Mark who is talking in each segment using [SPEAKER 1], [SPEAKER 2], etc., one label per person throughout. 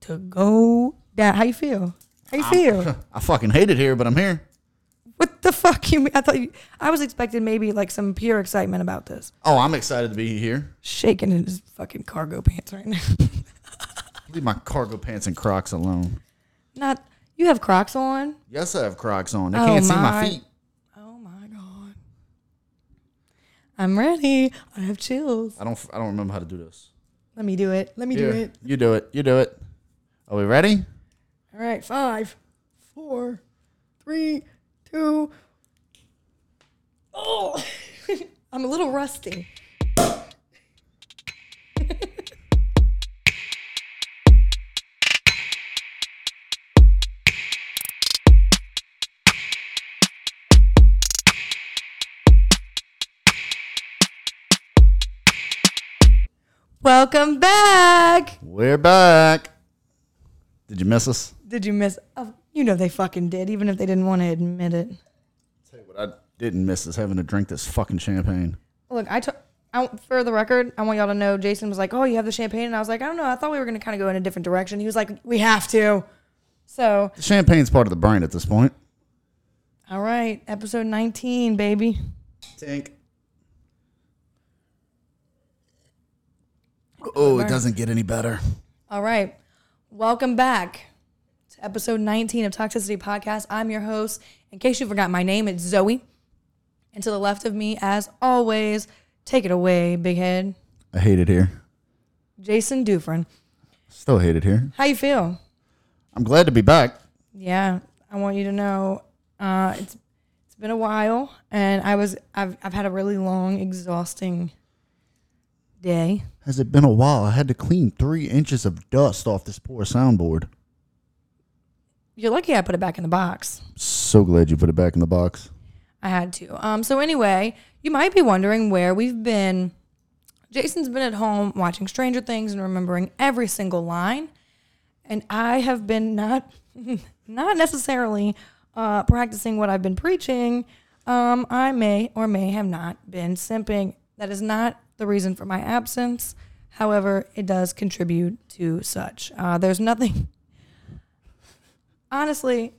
[SPEAKER 1] to go down. How you feel? How you feel?
[SPEAKER 2] I fucking hate it here, but I'm here.
[SPEAKER 1] what the fuck you mean? I thought you, I was expecting maybe like some pure excitement about this.
[SPEAKER 2] Oh, I'm excited to be here.
[SPEAKER 1] Shaking in his fucking cargo pants right now.
[SPEAKER 2] Leave my cargo pants and Crocs alone.
[SPEAKER 1] Not you have Crocs on.
[SPEAKER 2] Yes, I have Crocs on. They
[SPEAKER 1] Oh,
[SPEAKER 2] can't see my
[SPEAKER 1] my.
[SPEAKER 2] feet.
[SPEAKER 1] Oh my god. I'm ready. I have chills.
[SPEAKER 2] I don't. f- I don't remember how to do this.
[SPEAKER 1] Let me do it. Let me
[SPEAKER 2] Here,
[SPEAKER 1] do it.
[SPEAKER 2] You do it. You do it. Are we ready?
[SPEAKER 1] All right, five, four, three, two. Oh, I'm a little rusty. Welcome back.
[SPEAKER 2] We're back. Did you miss us?
[SPEAKER 1] Did you miss? Oh, you know they fucking did, even if they didn't want to admit it.
[SPEAKER 2] Tell you what, I didn't miss is having to drink this fucking champagne.
[SPEAKER 1] Look, I took. I, for the record, I want y'all to know Jason was like, Oh, you have the champagne? And I was like, I don't know. I thought we were going to kind of go in a different direction. He was like, We have to. So,
[SPEAKER 2] The champagne's part of the brain at this point.
[SPEAKER 1] all right, episode 19, baby.
[SPEAKER 2] Tink. Oh, it doesn't get any better.
[SPEAKER 1] All right. Welcome back to episode 19 of Toxicity Podcast. I'm your host. In case you forgot my name, it's Zoe. And to the left of me, as always, take it away, big head,
[SPEAKER 2] I hate it here.
[SPEAKER 1] Jason Dufresne.
[SPEAKER 2] Still hate it here.
[SPEAKER 1] How you feel?
[SPEAKER 2] I'm glad to be back.
[SPEAKER 1] Yeah, I want you to know uh, it's it's been a while, and I was I've I've had a really long, exhausting day.
[SPEAKER 2] Has it been a while? I had to clean three inches of dust off this poor soundboard.
[SPEAKER 1] You're lucky I put it back in the box.
[SPEAKER 2] So glad you put it back in the box.
[SPEAKER 1] I had to. Um. So anyway, you might be wondering where we've been. Jason's been at home watching Stranger Things and remembering every single line, and I have been not not necessarily uh, practicing what I've been preaching. Um, I may or may have not been simping. That is not the reason for my absence. However, it does contribute to such. Uh, there's nothing. Honestly,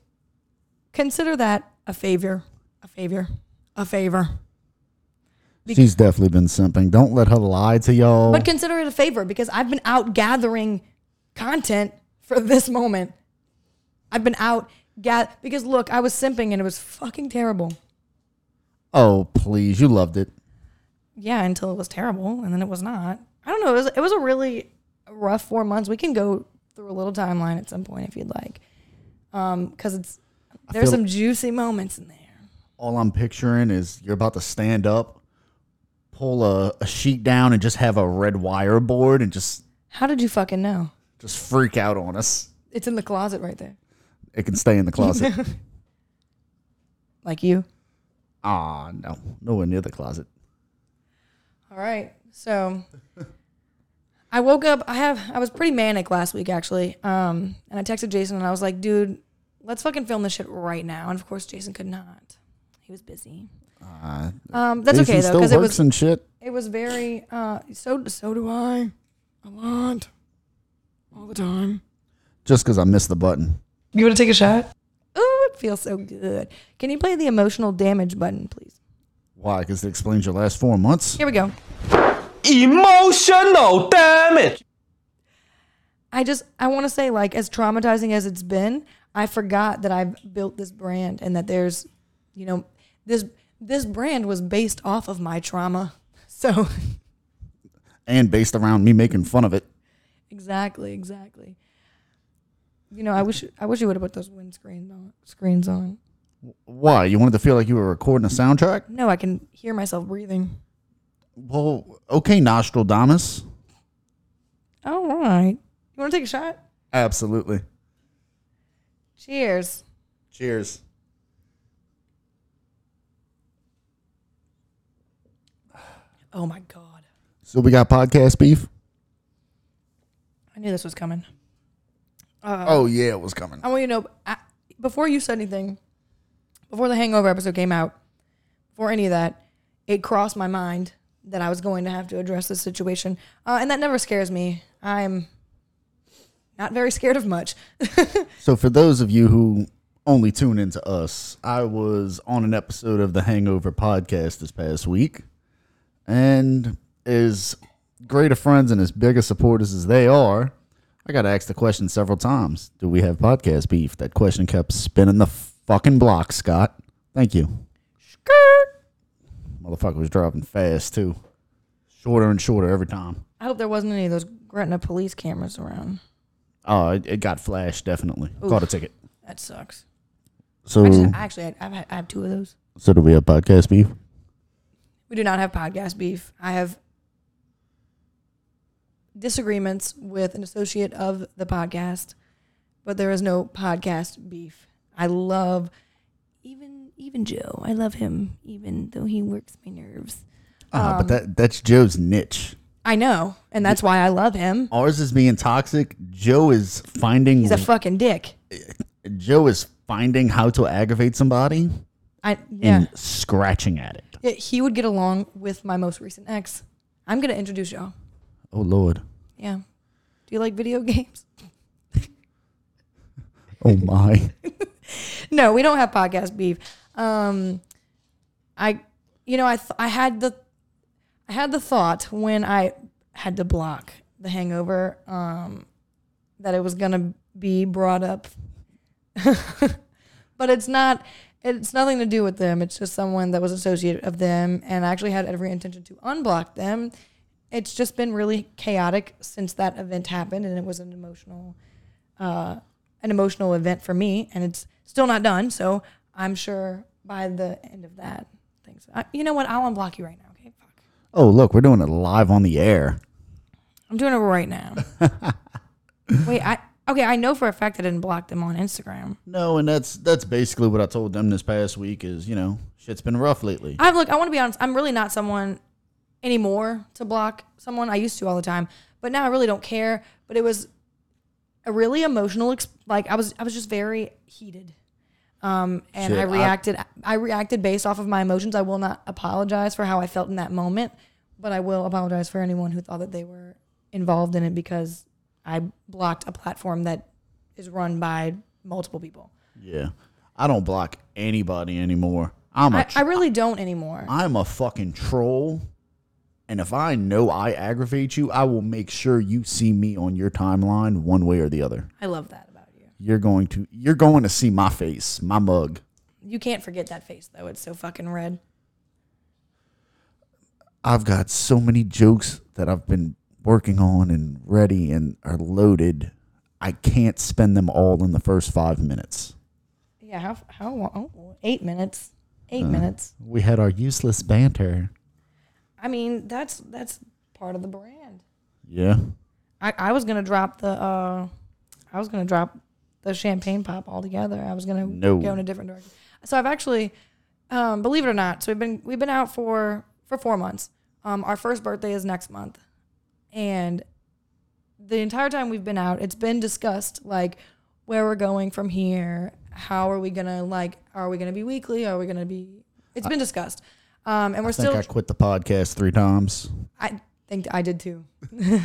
[SPEAKER 1] consider that a favor, a favor, a favor.
[SPEAKER 2] She's definitely been simping. Don't let her lie to y'all.
[SPEAKER 1] But consider it a favor because I've been out gathering content for this moment. I've been out gath because look, I was simping and it was fucking terrible.
[SPEAKER 2] oh, please. You loved it.
[SPEAKER 1] Yeah, until it was terrible and then it was not. I don't know. It was it was a really rough four months. We can go through a little timeline at some point if you'd like, because it's there's
[SPEAKER 2] feel-
[SPEAKER 1] some juicy moments in there.
[SPEAKER 2] All I'm picturing is you're about to stand up, pull a, a sheet down, and just have a red wire board and just
[SPEAKER 1] How did you fucking know?
[SPEAKER 2] just freak out on us.
[SPEAKER 1] It's in the closet right there.
[SPEAKER 2] It can stay in the closet.
[SPEAKER 1] Like you.
[SPEAKER 2] Ah, no. Nowhere near the closet.
[SPEAKER 1] All right. So I woke up. I have. I was pretty manic last week actually. Um, and I texted Jason and I was like, "Dude, let's fucking film this shit right now." And of course, Jason could not. He was busy.
[SPEAKER 2] Uh,
[SPEAKER 1] Um, that's
[SPEAKER 2] Jason
[SPEAKER 1] okay though,
[SPEAKER 2] still
[SPEAKER 1] because
[SPEAKER 2] works
[SPEAKER 1] it was
[SPEAKER 2] and shit.
[SPEAKER 1] it was very. Uh, so so do I. A lot. All the time.
[SPEAKER 2] Just because I missed the button.
[SPEAKER 1] You want to take a shot? Oh, it feels so good. Can you play the emotional damage button, please?
[SPEAKER 2] Why? Because it explains your last four months.
[SPEAKER 1] Here we go.
[SPEAKER 3] Emotional damage.
[SPEAKER 1] I just I want to say like as traumatizing as it's been, I forgot that I've built this brand and that there's, you know, this this brand was based off of my trauma. So
[SPEAKER 2] And based around me making fun of it.
[SPEAKER 1] exactly, exactly. You know, I wish I wish you would have put those windscreens on screens on.
[SPEAKER 2] Why? You wanted to feel like you were recording a soundtrack?
[SPEAKER 1] No, I can hear myself breathing.
[SPEAKER 2] Well, okay, Nostradamus.
[SPEAKER 1] All right. You want to take a shot?
[SPEAKER 2] Absolutely.
[SPEAKER 1] Cheers.
[SPEAKER 2] Cheers.
[SPEAKER 1] Oh my god.
[SPEAKER 2] So we got podcast beef?
[SPEAKER 1] I knew this was coming.
[SPEAKER 2] oh, yeah, it was coming.
[SPEAKER 1] I want you to know I, before you said anything, before the Hangover episode came out, before any of that, it crossed my mind that I was going to have to address this situation, uh, and that never scares me. I'm Not very scared of much.
[SPEAKER 2] So, for those of you who only tune into us, I was on an episode of the Hangover podcast this past week. And as great of friends and as big of supporters as they are, I got to ask the question several times Do we have podcast beef? That question kept spinning the fucking block, Scott. Thank you.
[SPEAKER 1] Skirt.
[SPEAKER 2] Motherfucker was driving fast, too. Shorter and shorter every time.
[SPEAKER 1] I hope there wasn't any of those Gretna police cameras around.
[SPEAKER 2] Oh, it, it got flashed, definitely. Caught a ticket.
[SPEAKER 1] That sucks.
[SPEAKER 2] So,
[SPEAKER 1] I just, actually, I, I've had, I have two of those.
[SPEAKER 2] so do we have podcast beef?
[SPEAKER 1] We do not have podcast beef. I have disagreements with an associate of the podcast, but there is no podcast beef. I love even even Joe. I love him even though he works my nerves.
[SPEAKER 2] Ah,
[SPEAKER 1] Um,
[SPEAKER 2] but that that's Joe's niche.
[SPEAKER 1] I know, and that's why I love him.
[SPEAKER 2] Ours is being toxic. Joe is finding
[SPEAKER 1] He's a fucking dick.
[SPEAKER 2] Joe is finding how to aggravate somebody
[SPEAKER 1] I yeah.
[SPEAKER 2] and scratching at it.
[SPEAKER 1] Yeah, He would get along with my most recent ex. I'm gonna introduce y'all.
[SPEAKER 2] Oh lord.
[SPEAKER 1] Yeah. Do you like video games?
[SPEAKER 2] Oh my.
[SPEAKER 1] no, we don't have podcast beef. Um, I, you know, I th- I had the, I had the thought when I had to block the Hangover, um, that it was gonna be brought up, but it's not. It's nothing to do with them. It's just someone that was associated of them, and I actually had every intention to unblock them. It's just been really chaotic since that event happened, and it was an emotional uh, an emotional event for me, and it's still not done. So I'm sure by the end of that, things. I, you know what? I'll unblock you right now. Okay, fuck.
[SPEAKER 2] Oh look, we're doing it live on the air.
[SPEAKER 1] I'm doing it right now. Wait, I okay. I know for a fact I didn't block them on Instagram.
[SPEAKER 2] No, and that's that's basically what I told them this past week is, you know, shit's been rough lately.
[SPEAKER 1] I look. I want to be honest. I'm really not someone anymore to block someone. I used to all the time, but now I really don't care. But it was a really emotional. Exp- like I was, I was just very heated, um, and
[SPEAKER 2] Shit,
[SPEAKER 1] I
[SPEAKER 2] I-
[SPEAKER 1] reacted. I, reacted based off of my emotions. I will not apologize for how I felt in that moment, but I will apologize for anyone who thought that they were involved in it because I blocked a platform that is run by multiple people.
[SPEAKER 2] Yeah. I don't block anybody anymore. I'm a
[SPEAKER 1] I, I really don't anymore.
[SPEAKER 2] I'm a fucking troll. And if I know I aggravate you, I will make sure you see me on your timeline one way or the other.
[SPEAKER 1] I love that about you.
[SPEAKER 2] You're going to you're going to see my face, my mug.
[SPEAKER 1] You can't forget that face though. It's so fucking red.
[SPEAKER 2] I've got so many jokes that I've been working on and ready and are loaded. I can't spend them all in the first 5 minutes.
[SPEAKER 1] Yeah, how how long? Oh, eight minutes. Eight minutes.
[SPEAKER 2] We had our useless banter.
[SPEAKER 1] I mean, that's that's part of the brand.
[SPEAKER 2] Yeah.
[SPEAKER 1] I, I was gonna drop the uh, I was gonna drop the champagne pop altogether. I was gonna
[SPEAKER 2] No.
[SPEAKER 1] go in a different direction. So I've actually, um, believe it or not, so we've been we've been out for for four months. Um, our first birthday is next month, and the entire time we've been out, it's been discussed like where we're going from here. How are we gonna like? Are we gonna be weekly? Are we gonna be? It's been discussed, um, and we're
[SPEAKER 2] I think
[SPEAKER 1] still.
[SPEAKER 2] I quit the podcast 3 times.
[SPEAKER 1] I think I did too.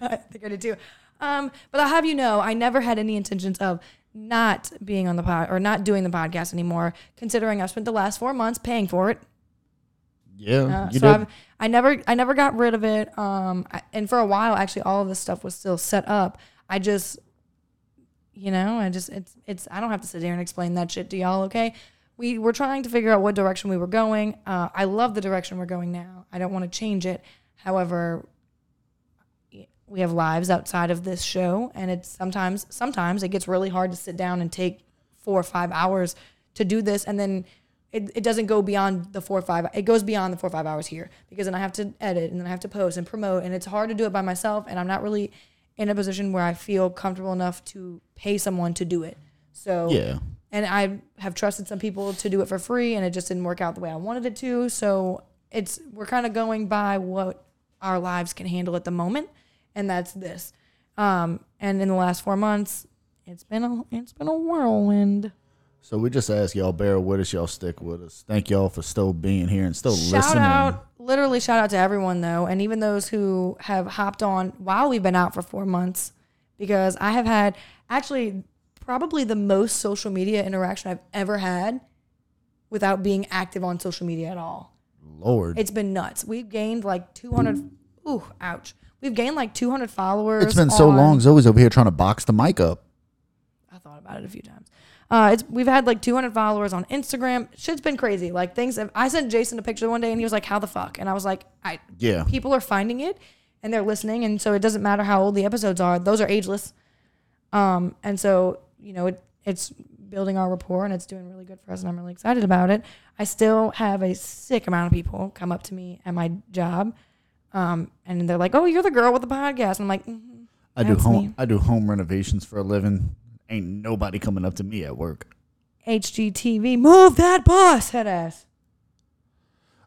[SPEAKER 1] I think I did too. Um, but I'll have you know, I never had any intentions of not being on the pod or not doing the podcast anymore, considering I've spent the last four months paying for it.
[SPEAKER 2] Yeah.
[SPEAKER 1] Uh,
[SPEAKER 2] you
[SPEAKER 1] so
[SPEAKER 2] did.
[SPEAKER 1] I've, I never, I never got rid of it. Um, I, and for a while, actually, all of this stuff was still set up. I just, you know, I just, it's, it's, I don't have to sit here and explain that shit to y'all. Okay. We were trying to figure out what direction we were going. Uh, I love the direction we're going now. I don't want to change it. However, we have lives outside of this show and it's sometimes sometimes it gets really hard to sit down and take four or five hours to do this and then it, it doesn't go beyond the four or five it goes beyond the four or five hours here because then i have to edit and then i have to post and promote and it's hard to do it by myself and i'm not really in a position where i feel comfortable enough to pay someone to do it so
[SPEAKER 2] yeah.
[SPEAKER 1] and I have trusted some people to do it for free, and it just didn't work out the way I wanted it to. So it's we're kind of going by what our lives can handle at the moment, and that's this. Um, and in the last four months, it's been a it's been a whirlwind.
[SPEAKER 2] So we just ask y'all bear with us, y'all stick with us. Thank y'all for still being here and still
[SPEAKER 1] Shout
[SPEAKER 2] listening.
[SPEAKER 1] out, literally shout out to everyone though, and even those who have hopped on while we've been out for four months because I have had actually probably the most social media interaction I've ever had without being active on social media at all.
[SPEAKER 2] Lord,
[SPEAKER 1] It's been nuts. We've gained like 200. Ooh, ouch. We've gained like 200 followers.
[SPEAKER 2] it's been so
[SPEAKER 1] on-
[SPEAKER 2] long. Zoe's over here trying to box the mic up.
[SPEAKER 1] I thought about it a few times. Uh, it's we've had like 200 followers on Instagram. Shit's been crazy. Like things. I sent Jason a picture one day, and he was like, "How the fuck?" And I was like, "I
[SPEAKER 2] Yeah,
[SPEAKER 1] people are finding it and they're listening and so it doesn't matter how old the episodes are those are ageless um and so you know it it's building our rapport and it's doing really good for us and i'm really excited about it i still have a sick amount of people come up to me at my job um and they're like oh you're the girl with the podcast and i'm like mhm.
[SPEAKER 2] I do
[SPEAKER 1] That's
[SPEAKER 2] home.
[SPEAKER 1] me.
[SPEAKER 2] I do home renovations for a living. Ain't nobody coming up to me at work.
[SPEAKER 1] hgtv move that bus head ass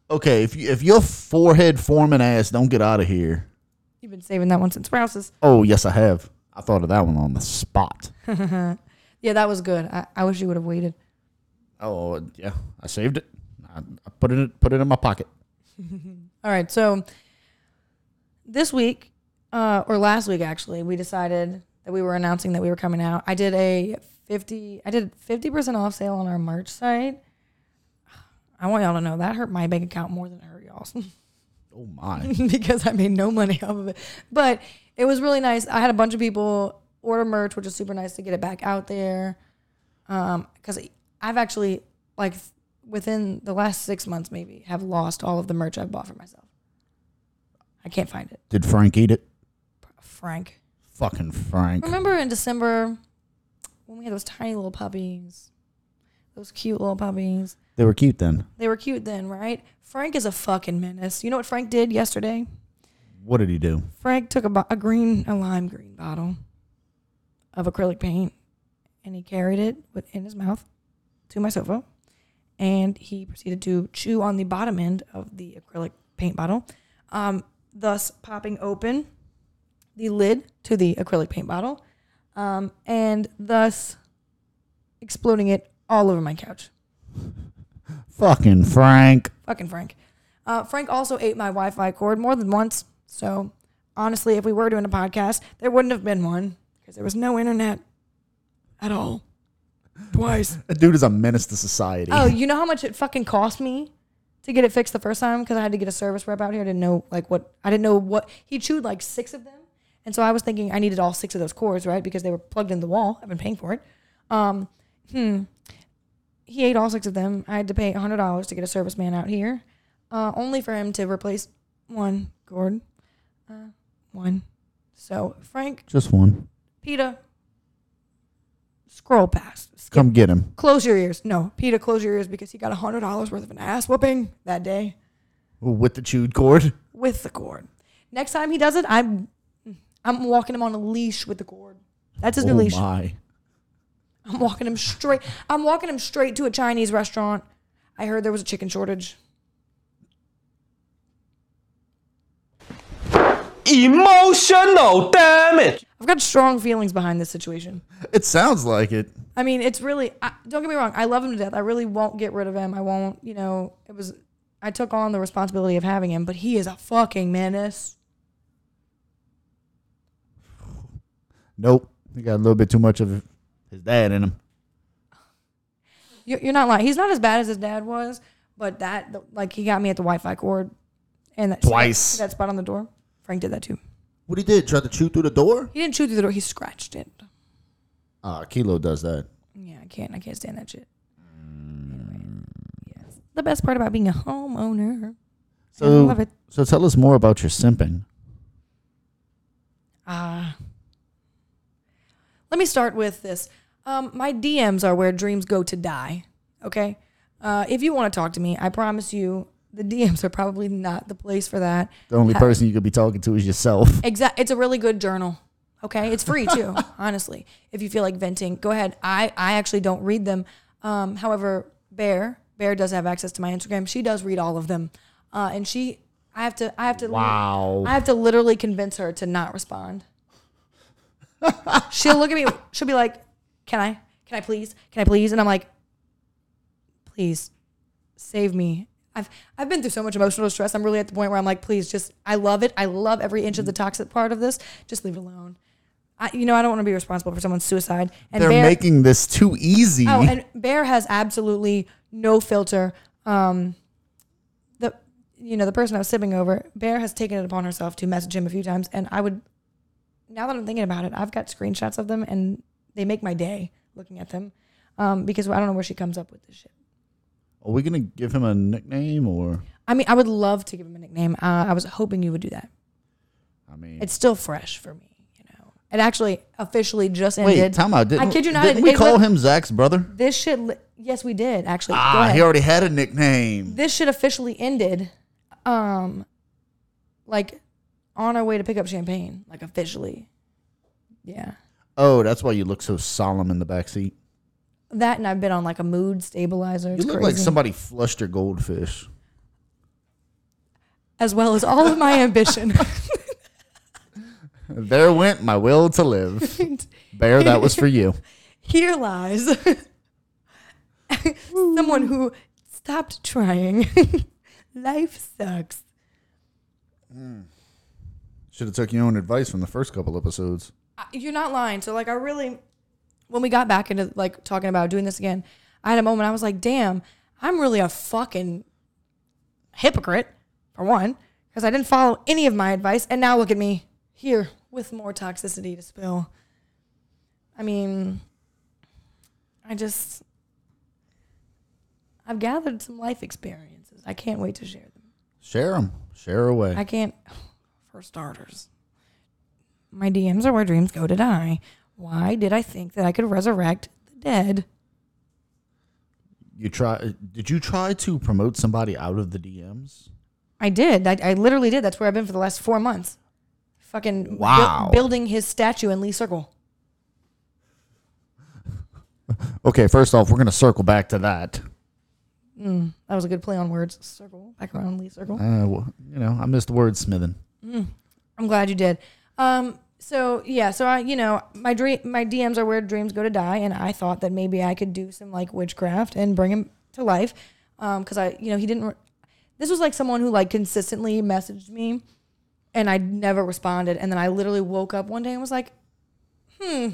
[SPEAKER 2] Okay, if you, if your forehead forming ass don't get out of here.
[SPEAKER 1] you've been saving that one since sprouses
[SPEAKER 2] Oh yes, I have. I thought of that one on the spot.
[SPEAKER 1] yeah that was good i, I wish you would have waited
[SPEAKER 2] Oh yeah, I saved it. I, I put it put it in my pocket.
[SPEAKER 1] All right. So this week, uh, or last week actually, we decided that we were announcing that we were coming out. I did a fifty. I did fifty percent off sale on our merch site. I want y'all to know that hurt my bank account more than it hurt y'all's
[SPEAKER 2] Oh my.
[SPEAKER 1] because I made no money off of it. But it was really nice. I had a bunch of people order merch, which is super nice to get it back out there. Um, because I've actually like within the last six months maybe have lost all of the merch I've bought for myself. I can't find it.
[SPEAKER 2] Did Frank eat it?
[SPEAKER 1] Frank.
[SPEAKER 2] Fucking Frank.
[SPEAKER 1] Remember in December when we had those tiny little puppies? Those cute little puppies.
[SPEAKER 2] They were cute then.
[SPEAKER 1] They were cute then, right? Frank is a fucking menace. You know what Frank did yesterday?
[SPEAKER 2] What did he do?
[SPEAKER 1] Frank took a, bo- a green, a lime green bottle of acrylic paint, and he carried it with- in his mouth to my sofa, and he proceeded to chew on the bottom end of the acrylic paint bottle, um, thus popping open the lid to the acrylic paint bottle, um, and thus exploding it all over my couch.
[SPEAKER 2] Fucking Frank.
[SPEAKER 1] Fucking Frank. Uh, Frank also ate my Wi Fi cord more than once. So, honestly, if we were doing a podcast, there wouldn't have been one because there was no internet at all. Twice.
[SPEAKER 2] That dude is a menace to society.
[SPEAKER 1] oh, you know how much it fucking cost me to get it fixed the first time because I had to get a service rep out here. I didn't know, like, what I didn't know what he chewed like six of them. And so I was thinking I needed all six of those cords, right? Because they were plugged in the wall. I've been paying for it. Um, hmm. He ate all six of them. I had to pay $100 to get a serviceman out here, uh, only for him to replace one cord. Uh, one. So, Frank,
[SPEAKER 2] Just one.
[SPEAKER 1] Peta, scroll past. Skip
[SPEAKER 2] Come get him.
[SPEAKER 1] Close your ears. No, Peter, close your ears because he got hundred dollars worth of an ass whooping that day
[SPEAKER 2] With the chewed cord.
[SPEAKER 1] with the cord. Next time he does it, I'm I'm walking him on a leash with the cord. That's his new
[SPEAKER 2] oh
[SPEAKER 1] leash.
[SPEAKER 2] my.
[SPEAKER 1] I'm walking him straight. I'm walking him straight to a Chinese restaurant. I heard there was a chicken shortage.
[SPEAKER 3] Emotional damage.
[SPEAKER 1] I've got strong feelings behind this situation.
[SPEAKER 2] It sounds like it.
[SPEAKER 1] I mean, it's really. I, don't get me wrong. I love him to death. I really won't get rid of him. I won't. You know, it was. I took on the responsibility of having him, but he is a fucking menace.
[SPEAKER 2] Nope. He got a little bit too much of his dad in him.
[SPEAKER 1] You're, you're not lying. He's not as bad as his dad was, but that like he got me at the Wi-Fi cord, and that,
[SPEAKER 2] Twice.
[SPEAKER 1] That, spot on the door. Frank did that too.
[SPEAKER 2] What he did? Tried to chew through the door?
[SPEAKER 1] He didn't chew through the door. He scratched it.
[SPEAKER 2] Ah, Kilo does that.
[SPEAKER 1] Yeah, I can't. I can't stand that shit. Anyway, yes. The best part about being a homeowner. I
[SPEAKER 2] So,
[SPEAKER 1] love it.
[SPEAKER 2] so tell us more about your simping.
[SPEAKER 1] Ah. Let me start with this. Um, my DMs are where dreams go to die. Okay. Uh, if you want to talk to me, I promise you, the DMs are probably not the place for that.
[SPEAKER 2] The only
[SPEAKER 1] Ha-
[SPEAKER 2] person you could be talking to is yourself.
[SPEAKER 1] Exact. It's a really good journal. Okay, it's free too. honestly, if you feel like venting, go ahead. I I actually don't read them. Um, however, Bear Bear does have access to my Instagram. She does read all of them, uh, and she I have to I have to
[SPEAKER 2] Wow.
[SPEAKER 1] I have to literally convince her to not respond. she'll look at me. She'll be like, "Can I? Can I please? Can I please?" And I'm like, "Please, save me." I've I've been through so much emotional stress. I'm really at the point where I'm like, "Please, just I love it. I love every inch of the toxic part of this. Just leave it alone." I, you know, I don't want to be responsible for someone's suicide. And
[SPEAKER 2] They're
[SPEAKER 1] Bear,
[SPEAKER 2] making this too easy.
[SPEAKER 1] oh, and Bear has absolutely no filter. Um, the you know the person I was sipping over, Bear has taken it upon herself to message him a few times, and I would. Now that I'm thinking about it, I've got screenshots of them, and they make my day looking at them, um, because I don't know where she comes up with this shit.
[SPEAKER 2] Are we gonna give him a nickname or?
[SPEAKER 1] I mean, I would love to give him a nickname. Uh, I was hoping you would do that.
[SPEAKER 2] I mean,
[SPEAKER 1] It's still fresh for me, you know. It actually officially just ended.
[SPEAKER 2] wait, time out. Didn't,
[SPEAKER 1] I kid you not.
[SPEAKER 2] Didn't
[SPEAKER 1] it-
[SPEAKER 2] we
[SPEAKER 1] it
[SPEAKER 2] call
[SPEAKER 1] was-
[SPEAKER 2] him Zach's brother?
[SPEAKER 1] This shit. Li- yes, we did actually. Go
[SPEAKER 2] Ah,
[SPEAKER 1] ahead.
[SPEAKER 2] he already had a nickname.
[SPEAKER 1] this shit officially ended, um, like on our way to pick up champagne, like officially. Yeah,
[SPEAKER 2] Oh, that's why you look so solemn in the back seat.
[SPEAKER 1] that and I've been on like a mood stabilizer.
[SPEAKER 2] You
[SPEAKER 1] It's
[SPEAKER 2] look
[SPEAKER 1] crazy.
[SPEAKER 2] like somebody flushed your goldfish.
[SPEAKER 1] as well as all of my ambition.
[SPEAKER 2] There went my will to live. Bear, that was for you.
[SPEAKER 1] Here lies someone who stopped trying. Life sucks.
[SPEAKER 2] Should have took your own advice from the first couple episodes.
[SPEAKER 1] I- you're not lying. So like I really when we got back into like talking about doing this again, I had a moment I was like, "Damn, I'm really a fucking hypocrite for one because I didn't follow any of my advice and now look at me here with more toxicity to spill." I mean, I just I've gathered some life experiences. I can't wait to share them.
[SPEAKER 2] Share them. Share away.
[SPEAKER 1] I can't. For starters, my DMs are where dreams go to die. Why did I think that I could resurrect the dead?
[SPEAKER 2] you try? Did you try to promote somebody out of the DMs?
[SPEAKER 1] I did. I, I literally did. That's where I've been for the last four months. Fucking buil-
[SPEAKER 2] Wow.
[SPEAKER 1] building his statue in Lee Circle.
[SPEAKER 2] Okay, first off, we're gonna circle back to that.
[SPEAKER 1] That was a good play on words. Circle back around Lee Circle.
[SPEAKER 2] Uh, well, you know, I missed the word smithing.
[SPEAKER 1] I'm glad you did. Um, so yeah, so I, you know, my dream, my DMs are where dreams go to die, and I thought that maybe I could do some like witchcraft and bring him to life, Um, 'cause because I, you know, he didn't. Re- this was like someone who like consistently messaged me, and I never responded, and then I literally woke up one day and was like, hmm,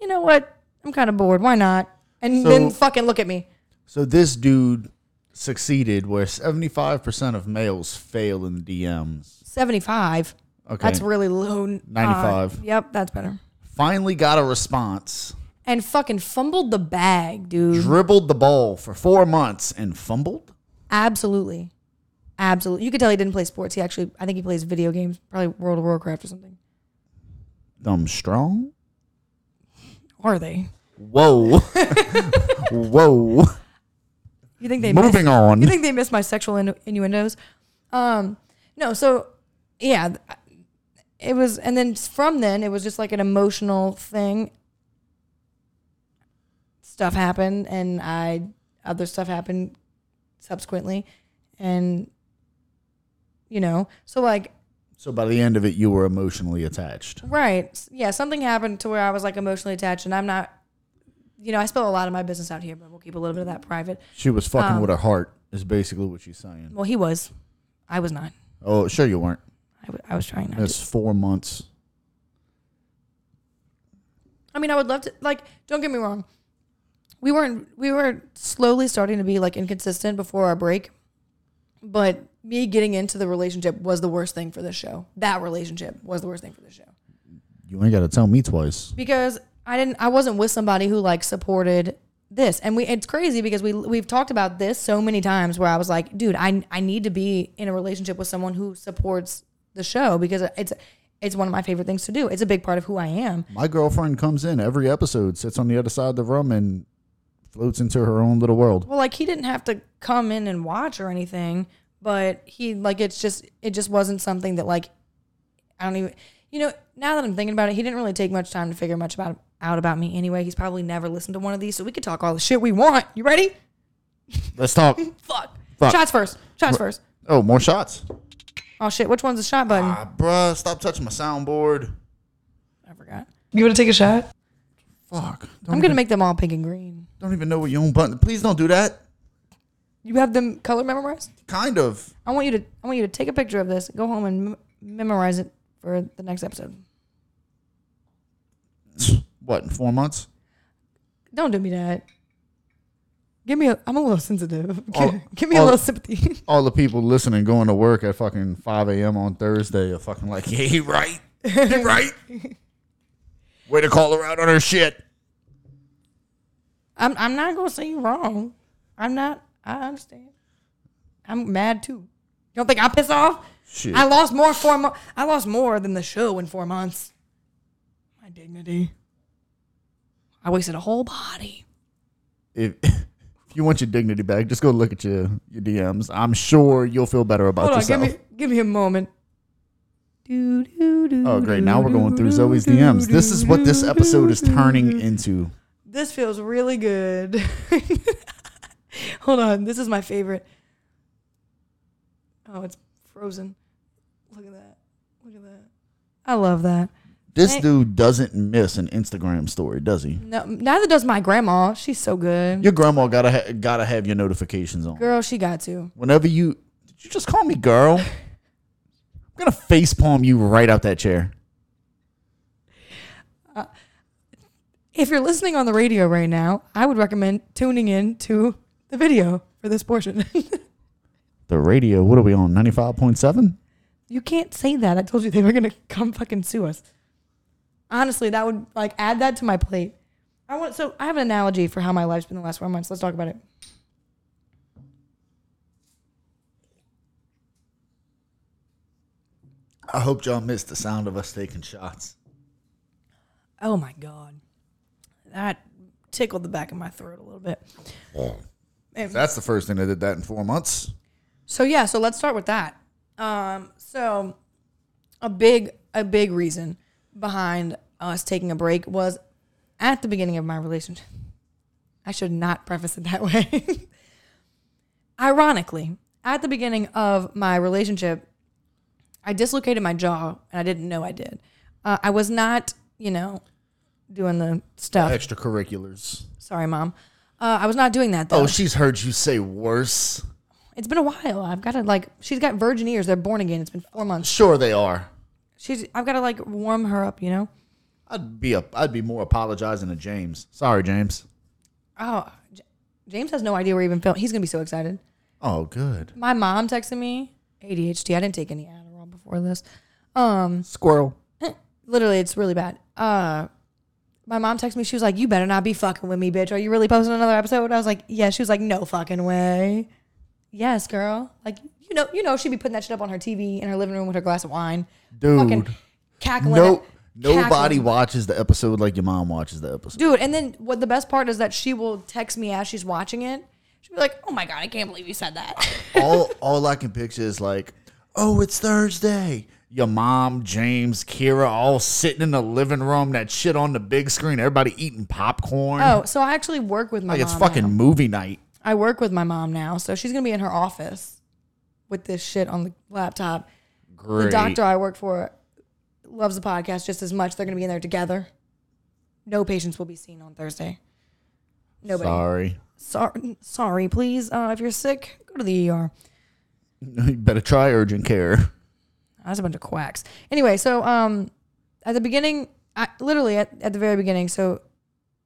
[SPEAKER 1] you know what? I'm kind of bored. Why not? And
[SPEAKER 2] So-
[SPEAKER 1] then fucking look at me.
[SPEAKER 2] So this dude succeeded where seventy five percent of males fail in the DMs.
[SPEAKER 1] 75.
[SPEAKER 2] Okay,
[SPEAKER 1] That's really low. uh,
[SPEAKER 2] 95.
[SPEAKER 1] yep, that's better.
[SPEAKER 2] finally got a response.
[SPEAKER 1] And fucking fumbled the bag, dude.
[SPEAKER 2] Dribbled the ball for four months and fumbled.
[SPEAKER 1] Absolutely. Absolutely. You could tell he didn't play sports. He actually, I think he plays video games, probably World of Warcraft or something.
[SPEAKER 2] Dumb strong.
[SPEAKER 1] Are they?
[SPEAKER 2] Whoa, whoa.
[SPEAKER 1] You think they missed,
[SPEAKER 2] Moving on.
[SPEAKER 1] You think they missed my sexual innu- innuendos? Um, no. So, yeah, th- it was, and then from then it was just like an emotional thing. Stuff happened, and I other stuff happened subsequently, and you know, so like
[SPEAKER 2] So by the end of it, you were emotionally attached.
[SPEAKER 1] Right. S- Yeah, something happened to where I was like emotionally attached, and I'm not. You know, I spill a lot of my business out here, but we'll keep a little bit of that private.
[SPEAKER 2] She was fucking
[SPEAKER 1] Um,
[SPEAKER 2] with her heart, is basically what she's saying.
[SPEAKER 1] Well, he was. I was not.
[SPEAKER 2] Oh, sure you weren't.
[SPEAKER 1] I, w- I was trying not.
[SPEAKER 2] That's
[SPEAKER 1] To.
[SPEAKER 2] four months.
[SPEAKER 1] I mean, I would love to. Like, don't get me wrong. We weren't. We were slowly starting to be like inconsistent before our break, but me getting into the relationship was the worst thing for this show. That relationship was the worst thing for this show.
[SPEAKER 2] You ain't got to tell me twice.
[SPEAKER 1] because I didn't I wasn't with somebody who like supported this and we it's crazy because we we've talked about this so many times where I was like dude I I need to be in a relationship with someone who supports the show because it's it's one of my favorite things to do it's a big part of who I am
[SPEAKER 2] My girlfriend comes in every episode, sits on the other side of the room, and floats into her own little world.
[SPEAKER 1] well like he didn't have to come in and watch or anything but he like it's just it just wasn't something that like I don't even you know now that I'm thinking about it he didn't really take much time to figure much about out about me anyway he's probably never listened to one of these so we could talk all the shit we want you ready
[SPEAKER 2] Let's talk.
[SPEAKER 1] Fuck.
[SPEAKER 2] Fuck.
[SPEAKER 1] Shots first. Shots first.
[SPEAKER 2] Oh, more shots.
[SPEAKER 1] Oh shit, which one's the shot button?
[SPEAKER 2] Ah, bruh, stop touching my soundboard.
[SPEAKER 1] I forgot.
[SPEAKER 4] You want to take a shot?
[SPEAKER 2] Fuck. Don't,
[SPEAKER 1] I'm gonna make them all pink and green.
[SPEAKER 2] don't even know what your own button. Please don't do that.
[SPEAKER 1] You have them color memorized?
[SPEAKER 2] Kind of.
[SPEAKER 1] I want you to I want you to take a picture of this, go home and m- memorize it for the next episode.
[SPEAKER 2] what in four months?
[SPEAKER 1] Don't do me that. Give me a. I'm a little sensitive.
[SPEAKER 2] All-
[SPEAKER 1] Give me a
[SPEAKER 2] all-
[SPEAKER 1] little sympathy.
[SPEAKER 2] All the people listening going to work at fucking five a.m. on Thursday are fucking like, yeah, he right, he right. Way to call her out on her shit.
[SPEAKER 1] I'm I'm not gonna say you're wrong. I'm not. I understand. I'm mad too. You don't think I'm pissed off?
[SPEAKER 2] Shit.
[SPEAKER 1] I lost more in four. Mo- I lost more than the show in four months. My dignity. I wasted a whole body.
[SPEAKER 2] if if you want your dignity back, just go look at your your DMs. I'm sure you'll feel better
[SPEAKER 1] Hold
[SPEAKER 2] about
[SPEAKER 1] on.
[SPEAKER 2] yourself.
[SPEAKER 1] Give me give me a moment. Doo, doo, doo,
[SPEAKER 2] oh, great!
[SPEAKER 1] doo,
[SPEAKER 2] Now we're going
[SPEAKER 1] doo,
[SPEAKER 2] through
[SPEAKER 1] doo,
[SPEAKER 2] Zoe's
[SPEAKER 1] doo,
[SPEAKER 2] DMs. This
[SPEAKER 1] doo,
[SPEAKER 2] is what this
[SPEAKER 1] doo,
[SPEAKER 2] episode
[SPEAKER 1] doo,
[SPEAKER 2] is
[SPEAKER 1] doo,
[SPEAKER 2] turning
[SPEAKER 1] doo.
[SPEAKER 2] into.
[SPEAKER 1] This feels really good. Hold on, this is my favorite. Oh, it's frozen. Look at that. Look at that. I love that.
[SPEAKER 2] This
[SPEAKER 1] Hey.
[SPEAKER 2] dude doesn't miss an Instagram story, does he?
[SPEAKER 1] No, neither does my grandma. She's so good.
[SPEAKER 2] Your grandma gotta ha- gotta have your notifications on.
[SPEAKER 1] Girl, she got to.
[SPEAKER 2] Whenever you did you just call me girl? I'm gonna facepalm you right out that chair.
[SPEAKER 1] If you're listening on the radio right now, I would recommend tuning in to the video for this portion.
[SPEAKER 2] The radio. What are we on? Ninety five point seven.
[SPEAKER 1] you can't say that. I told you they were gonna come fucking sue us. Honestly, that would like add that to my plate. I want so I have an analogy for how my life's been the last four months. Let's talk about it.
[SPEAKER 2] I hope y'all missed the sound of us taking shots.
[SPEAKER 1] Oh my god, that tickled the back of my throat a little bit.
[SPEAKER 2] That's the first thing that did that in four months.
[SPEAKER 1] So yeah, so let's start with that. Um, so a big a big reason behind us taking a break was at the beginning of my relationship. I should not preface it that way. Ironically, at the beginning of my relationship, I dislocated my jaw and I didn't know I did. Uh, I was not, you know, doing the stuff.
[SPEAKER 2] Extracurriculars.
[SPEAKER 1] Sorry, mom. Uh, I was not doing that though.
[SPEAKER 2] Oh, she's heard you say worse.
[SPEAKER 1] It's been a while. I've got to like. She's got virgin ears. They're born again. It's been four months.
[SPEAKER 2] Sure they are.
[SPEAKER 1] She's. I've got to like warm her up. You know.
[SPEAKER 2] I'd be a, I'd be more apologizing to James. Sorry, James.
[SPEAKER 1] Oh, J- James has no idea we're even filming. He's gonna be so excited.
[SPEAKER 2] Oh, good.
[SPEAKER 1] My mom texted me ADHD. I didn't take any Adderall before this. Um,
[SPEAKER 2] Squirrel.
[SPEAKER 1] literally, it's really bad. Uh, my mom texted me. She was like, "You better not be fucking with me, bitch. Are you really posting another episode?" I was like, "Yeah." She was like, "No fucking way." Yes, girl. Like you know, you know, she'd be putting that shit up on her TV in her living room with her glass of wine,
[SPEAKER 2] Dude.
[SPEAKER 1] fucking cackling.
[SPEAKER 2] No,
[SPEAKER 1] cackling.
[SPEAKER 2] nobody watches the episode like your mom watches the episode.
[SPEAKER 1] dude. And then what the best part is that she will text me as she's watching it. She'll be like, "Oh my god, I can't believe you said that."
[SPEAKER 2] all all I can picture is like, oh, it's Thursday. Your mom, James, Kira, all sitting in the living room. That shit on the big screen. Everybody eating popcorn.
[SPEAKER 1] oh, so I actually work with my
[SPEAKER 2] like
[SPEAKER 1] mom.
[SPEAKER 2] it's fucking
[SPEAKER 1] now.
[SPEAKER 2] movie night.
[SPEAKER 1] I work with my mom now, so she's gonna be in her office with this shit on the laptop.
[SPEAKER 2] Great.
[SPEAKER 1] The doctor I work for loves the podcast just as much. They're gonna be in there together. No patients will be seen on Thursday. Nobody.
[SPEAKER 2] Sorry.
[SPEAKER 1] Sorry, sorry please. Uh, if you're sick, go to the ER.
[SPEAKER 2] You better try urgent care.
[SPEAKER 1] That's a bunch of quacks. Anyway, so um, at the beginning, I literally at, at the very beginning, so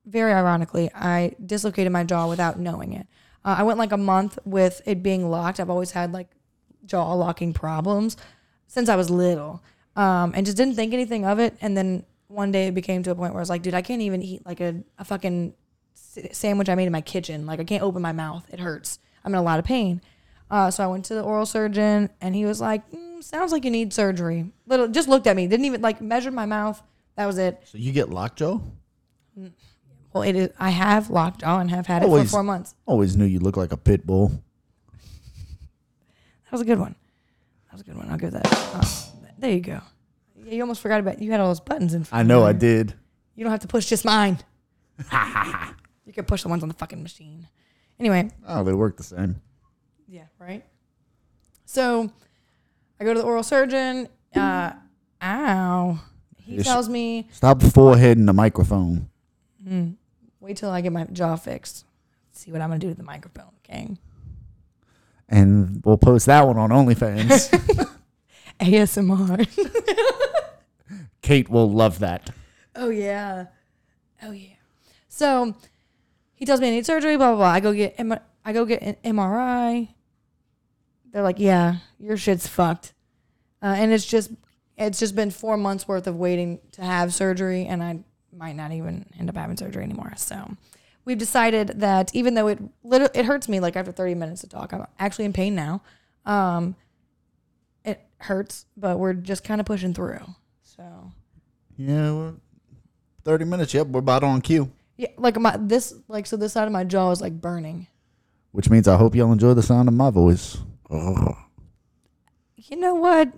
[SPEAKER 1] very ironically, I dislocated my jaw without knowing it. Uh, I went like a month with it being locked. I've always had like jaw locking problems since I was little, um, and just didn't think anything of it. And then one day it became to a point where I was like, dude, I can't even eat like a, a fucking s- sandwich I made in my kitchen. Like I can't open my mouth. It hurts. I'm in a lot of pain. Uh, so I went to the oral surgeon, and he was like, mm, "Sounds like you need surgery." Little just looked at me, didn't even like measure my mouth. That was it.
[SPEAKER 2] So you get lockjaw?
[SPEAKER 1] Well, it is. I have lockjaw and have had it
[SPEAKER 2] Always.
[SPEAKER 1] for four months.
[SPEAKER 2] Always knew you looked like a pit bull.
[SPEAKER 1] That was a good one. That was a good one. I'll give that. Uh, there you go. Yeah, you almost forgot about you had all those buttons in.
[SPEAKER 2] I
[SPEAKER 1] front
[SPEAKER 2] know
[SPEAKER 1] of
[SPEAKER 2] I
[SPEAKER 1] you.
[SPEAKER 2] did.
[SPEAKER 1] You don't have to push just mine. you can push the ones on the fucking machine. Anyway,
[SPEAKER 2] Oh, they work the same.
[SPEAKER 1] Yeah, right. So I go to the oral surgeon. Uh, ow. He
[SPEAKER 2] Yes.
[SPEAKER 1] tells me,
[SPEAKER 2] Stop foreheading the microphone.
[SPEAKER 1] wait till I get my jaw fixed. See what I'm going to do to the microphone, okay?
[SPEAKER 2] And we'll post that one on OnlyFans.
[SPEAKER 1] ASMR.
[SPEAKER 2] Kate will love that.
[SPEAKER 1] oh, yeah. Oh yeah. So he tells me I need surgery. Blah blah blah. I go get M- I go get an MRI. They're like, yeah, your shit's fucked, uh, and it's just it's just been four months worth of waiting to have surgery, and I might not even end up having surgery anymore. So we've decided that even though it lit- it hurts me like after 30 minutes of talk, I'm actually in pain now. Um, it hurts, but we're just kind of pushing through. So
[SPEAKER 2] Yeah, we're 30 minutes. Yep, we're about on cue.
[SPEAKER 1] Yeah, like my this like so this side of my jaw is like burning.
[SPEAKER 2] Which means I hope y'all enjoy the sound of my voice.
[SPEAKER 1] You know what?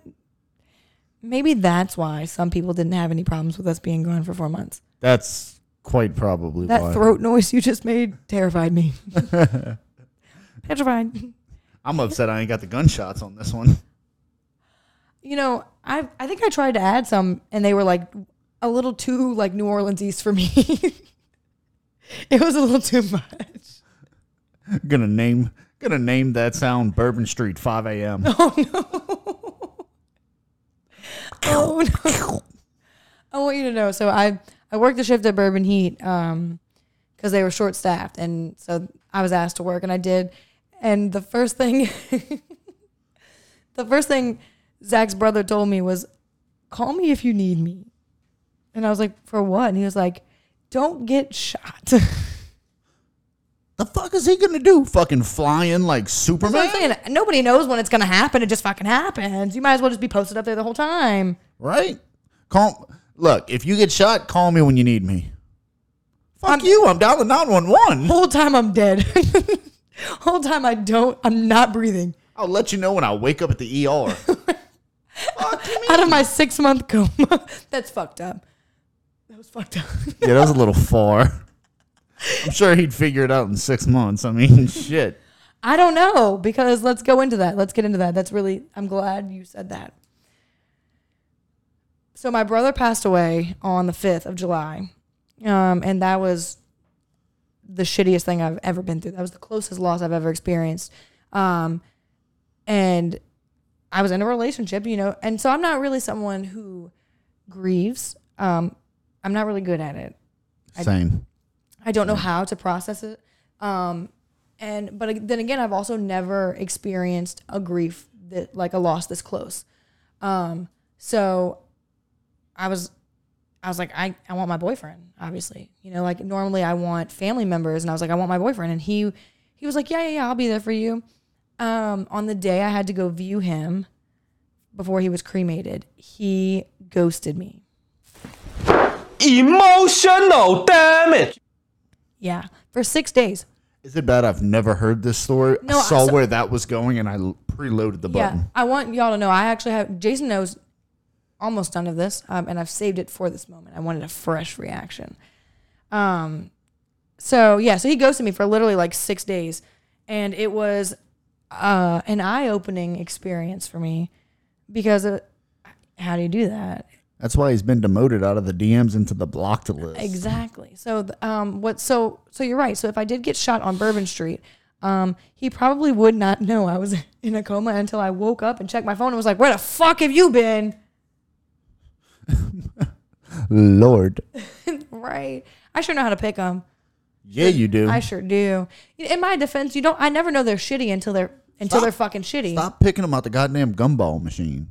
[SPEAKER 1] Maybe that's why some people didn't have any problems with us being gone for four months.
[SPEAKER 2] That's quite probably
[SPEAKER 1] That
[SPEAKER 2] why.
[SPEAKER 1] throat noise you just made terrified me. Petrified.
[SPEAKER 2] I'm upset I ain't got the gunshots on this one.
[SPEAKER 1] You know, I I think I tried to add some and they were like a little too like New Orleans East for me. it was a little too much.
[SPEAKER 2] gonna name gonna name that sound Bourbon Street 5 a.m.
[SPEAKER 1] Oh no. I want you to know. So I I worked the shift at Bourbon Heat um because they were short staffed and so I was asked to work and I did. And the first thing the first thing Zach's brother told me was call me if you need me. And I was like, for what? And he was like, don't get shot.
[SPEAKER 2] the fuck is he gonna do? Fucking flying like
[SPEAKER 1] So I'm
[SPEAKER 2] Superman,
[SPEAKER 1] saying nobody knows when it's gonna happen. It just fucking happens. You might as well just be posted up there the whole time.
[SPEAKER 2] right? Call. Look, if you get shot, call me when you need me. Fuck
[SPEAKER 1] I'm-
[SPEAKER 2] you. I'm dialing 911.
[SPEAKER 1] whole time I'm dead. whole time I don't. I'm not breathing.
[SPEAKER 2] I'll let you know when I wake up at the ER. Fuck me.
[SPEAKER 1] Out of my six month coma. That's fucked up. That was fucked up.
[SPEAKER 2] Yeah, that was a little far. I'm sure he'd figure it out in six months. I mean, shit.
[SPEAKER 1] I don't know because let's go into that. Let's get into that. That's really. I'm glad you said that. So my brother passed away on the fifth of July, um, and that was the shittiest thing I've ever been through. That was the closest loss I've ever experienced. Um, and I was in a relationship, you know, and so I'm not really someone who grieves. Um, I'm not really good at it.
[SPEAKER 2] Same.
[SPEAKER 1] I don't know how to process it. Um, and but then again, I've also never experienced a grief that like a loss this close. Um, so I was, I was like, I, I want my boyfriend, obviously, you know, like normally I want family members and I was like, I want my boyfriend. And he, he was like, yeah, yeah, yeah, I'll be there for you. Um, on the day I had to go view him before he was cremated, he ghosted me.
[SPEAKER 3] Emotional damage.
[SPEAKER 1] Yeah. For six days.
[SPEAKER 2] Is it bad? I've never heard this story.
[SPEAKER 1] No,
[SPEAKER 2] I
[SPEAKER 1] I-
[SPEAKER 2] saw
[SPEAKER 1] so-
[SPEAKER 2] where that was going, and I l- preloaded the
[SPEAKER 1] Yeah,
[SPEAKER 2] button.
[SPEAKER 1] I want y'all to know. I actually have Jason knows almost none of this, um, and I've saved it for this moment. I wanted a fresh reaction. Um, so yeah, so he ghosted me for literally like six days, and it was uh, an eye-opening experience for me because uh how do you do that?
[SPEAKER 2] That's why he's been demoted out of the DMs into the blocked list.
[SPEAKER 1] Exactly. So th- um, what? So so you're right. So if I did get shot on Bourbon Street, um, he probably would not know I was in a coma until I woke up and checked my phone and was like, "Where the fuck have you been?"
[SPEAKER 2] Lord.
[SPEAKER 1] Right. I sure know how to pick them.
[SPEAKER 2] Yeah, you do.
[SPEAKER 1] I sure do. In my defense, you don't. I never know they're shitty until they're until they're fucking shitty.
[SPEAKER 2] Stop picking him out the goddamn gumball machine.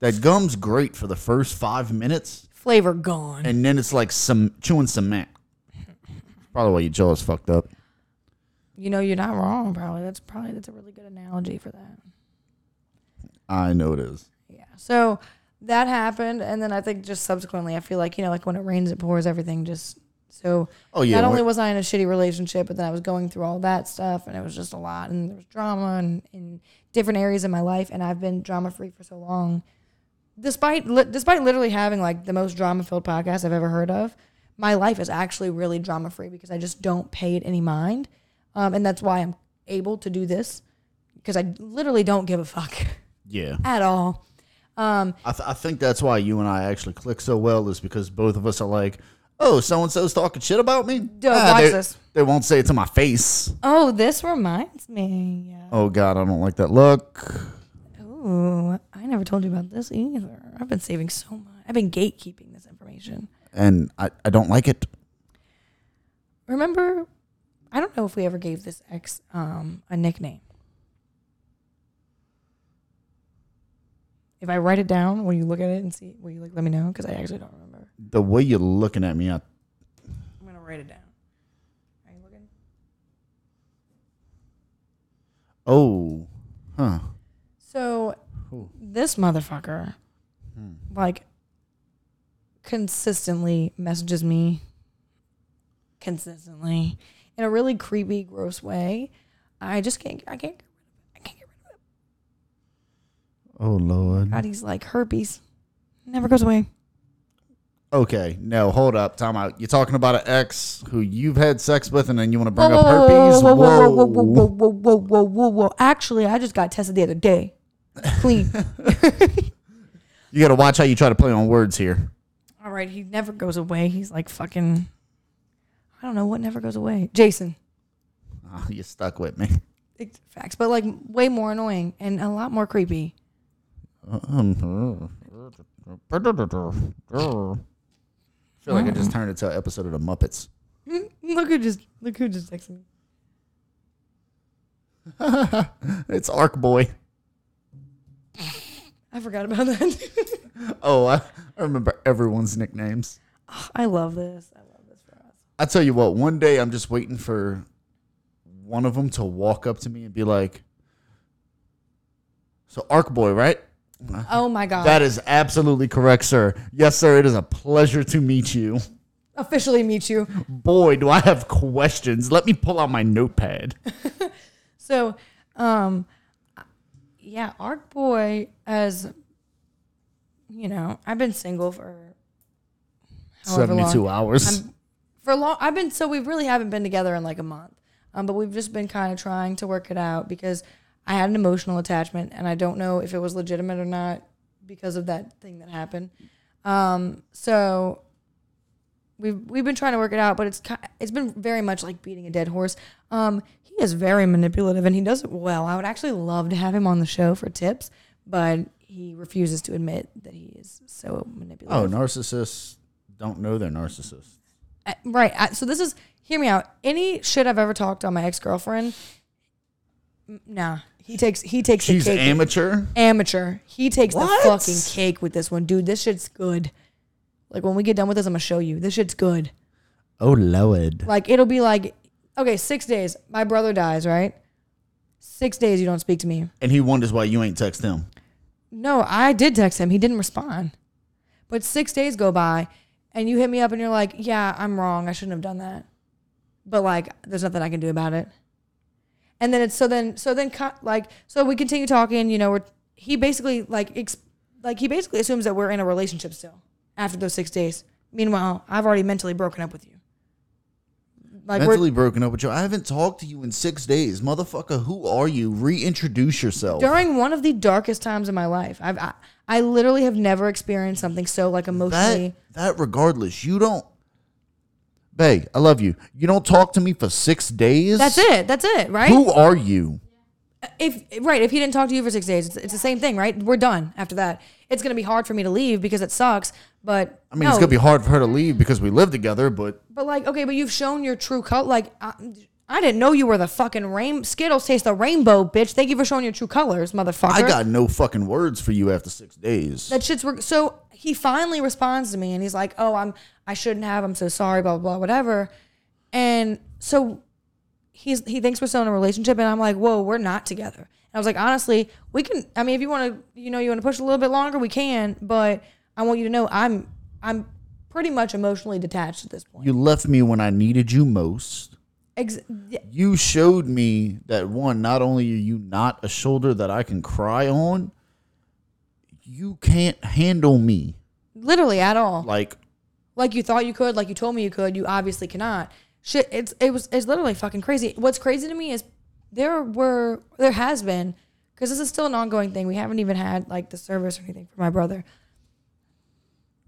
[SPEAKER 2] That gum's great for the first five minutes,
[SPEAKER 1] Flavor gone.
[SPEAKER 2] and then it's like some chewing cement. Probably why your jaw is fucked up.
[SPEAKER 1] You know you're not wrong. Probably that's probably that's a really good analogy for that.
[SPEAKER 2] I know it is.
[SPEAKER 1] Yeah. So that happened, and then I think just subsequently, I feel like you know, like when it rains, it pours. Everything just so.
[SPEAKER 2] Oh, yeah,
[SPEAKER 1] Not only
[SPEAKER 2] when-
[SPEAKER 1] was I in a shitty relationship, but then I was going through all that stuff, and it was just a lot, and there was drama and in different areas of my life, and I've been drama free for so long. Despite li- despite literally having like the most drama filled podcast I've ever heard of, my life is actually really drama free because I just don't pay it any mind, um, and that's why I'm able to do this because I literally don't give a fuck
[SPEAKER 2] Yeah.
[SPEAKER 1] at all. Um,
[SPEAKER 2] I, th- I think that's why you and I actually click so well is because both of us are like, oh, so and so's talking shit about me. Ah,
[SPEAKER 1] watch
[SPEAKER 2] they,
[SPEAKER 1] this."
[SPEAKER 2] They won't say it to my face.
[SPEAKER 1] Oh, this reminds me. Yeah.
[SPEAKER 2] Oh God, I don't like that look.
[SPEAKER 1] Ooh, I never told you about this either. I've been saving so much. I've been gatekeeping this information.
[SPEAKER 2] and I, I don't like it.
[SPEAKER 1] Remember, I don't know if we ever gave this ex um, a nickname. If I write it down, will you look at it and see? Will you like let me know? Because I actually don't remember.
[SPEAKER 2] The way you're looking at me, I,
[SPEAKER 1] I'm gonna write it down. Are you looking?
[SPEAKER 2] oh, huh.
[SPEAKER 1] So
[SPEAKER 2] Who?
[SPEAKER 1] this motherfucker,
[SPEAKER 2] Hmm.
[SPEAKER 1] like, consistently messages me, consistently, in a really creepy, gross way. I just can't. I can't. I can't get rid of it.
[SPEAKER 2] Oh Lord.
[SPEAKER 1] God, he's like herpes. Never goes away.
[SPEAKER 2] Okay, no, hold up, time out. You're talking about an ex who you've had sex with, and then you want to bring up herpes.
[SPEAKER 1] Whoa,
[SPEAKER 2] Whoa,
[SPEAKER 1] whoa, whoa, whoa, whoa, whoa, whoa, whoa, whoa, whoa. Actually, I just got tested the other day. Clean.
[SPEAKER 2] You got to watch how you try to play on words here.
[SPEAKER 1] All right, he never goes away. He's like fucking. I don't know what never goes away. Jason.
[SPEAKER 2] Ah, you stuck with me.
[SPEAKER 1] It's facts, but like way more annoying and a lot more creepy.
[SPEAKER 2] Um, I feel like I just turned into an episode of the Muppets.
[SPEAKER 1] Look who just look who just texted me.
[SPEAKER 2] It's Ark Boy.
[SPEAKER 1] I forgot about that.
[SPEAKER 2] Oh, I, I remember everyone's nicknames.
[SPEAKER 1] I love this. I love this for us.
[SPEAKER 2] I tell you what, one day I'm just waiting for one of them to walk up to me and be like, "So Ark Boy, right?"
[SPEAKER 1] Oh my god!
[SPEAKER 2] That is absolutely correct, sir. Yes, sir. It is a pleasure to meet you.
[SPEAKER 1] Officially meet you.
[SPEAKER 2] Boy, do I have questions. Let me pull out my notepad.
[SPEAKER 1] So, um, yeah, Arc Boy, as you know, I've been single for however long.
[SPEAKER 2] Seventy-two hours.
[SPEAKER 1] for long. I've been so we really haven't been together in like a month, um, but we've just been kind of trying to work it out because I had an emotional attachment, and I don't know if it was legitimate or not because of that thing that happened. Um, so we've we've been trying to work it out, but it's ki- it's been very much like beating a dead horse. Um, he is very manipulative, and he does it well. I would actually love to have him on the show for tips, but he refuses to admit that he is so manipulative.
[SPEAKER 2] oh, narcissists don't know they're narcissists.
[SPEAKER 1] I- Uh, right. I, so this is hear me out. Any shit I've ever talked on my ex girlfriend, nah. He takes he takes
[SPEAKER 2] She's
[SPEAKER 1] the cake.
[SPEAKER 2] amateur.
[SPEAKER 1] amateur. He takes
[SPEAKER 2] What?
[SPEAKER 1] the fucking cake with this one, dude. This shit's good. Like when we get done with this, I'm gonna show you. This shit's good.
[SPEAKER 2] Oh, Lord.
[SPEAKER 1] Like it'll be like, okay, six days. My brother dies, right? Six days you don't speak to me.
[SPEAKER 2] And he wonders why you ain't text him.
[SPEAKER 1] No, I did text him. He didn't respond. But six days go by and you hit me up and you're like, yeah, I'm wrong. I shouldn't have done that. But like, there's nothing I can do about it. And then it's so then, so then, co- like, so we continue talking, you know, we're, he basically, like, ex, like, he basically assumes that we're in a relationship still after those six days. Meanwhile, I've already mentally broken up with you. Like,
[SPEAKER 2] Mentally broken up with you. I haven't talked to you in six days. Motherfucker, who are you? Reintroduce yourself.
[SPEAKER 1] during one of the darkest times in my life, I've, I, I literally have never experienced something so, like, emotionally.
[SPEAKER 2] that that regardless, you don't. Babe, I love you. You don't talk to me for six days.
[SPEAKER 1] That's it. That's it, right?
[SPEAKER 2] Who are you?
[SPEAKER 1] If right, if he didn't talk to you for six days, it's, it's the same thing, right? We're done after that. It's gonna be hard for me to leave because it sucks. But
[SPEAKER 2] I mean, it's gonna be hard for her to leave because we live together, but
[SPEAKER 1] But like, okay, but you've shown your true color. Like, I, I didn't know you were the fucking rain. Skittles taste the rainbow, bitch. Thank you for showing your true colors, motherfucker.
[SPEAKER 2] I got no fucking words for you after six days.
[SPEAKER 1] that shit's work. So he finally responds to me and he's like, "Oh, I'm I shouldn't have. I'm so sorry. Blah blah blah. Whatever." And so he's he thinks we're still in a relationship, and I'm like, "Whoa, we're not together." And I was like, "Honestly, we can. I mean, if you want to, you know, you want to push a little bit longer, we can. But I want you to know, I'm I'm pretty much emotionally detached at this point.
[SPEAKER 2] You left me when I needed you most.
[SPEAKER 1] Ex-
[SPEAKER 2] You showed me that one, not only are you not a shoulder that I can cry on, you can't handle me.
[SPEAKER 1] literally at all.
[SPEAKER 2] Like,
[SPEAKER 1] like you thought you could, like you told me you could, you obviously cannot. Shit, it's it was it's literally fucking crazy. What's crazy to me is there were there has been because this is still an ongoing thing. We haven't even had like the service or anything for my brother.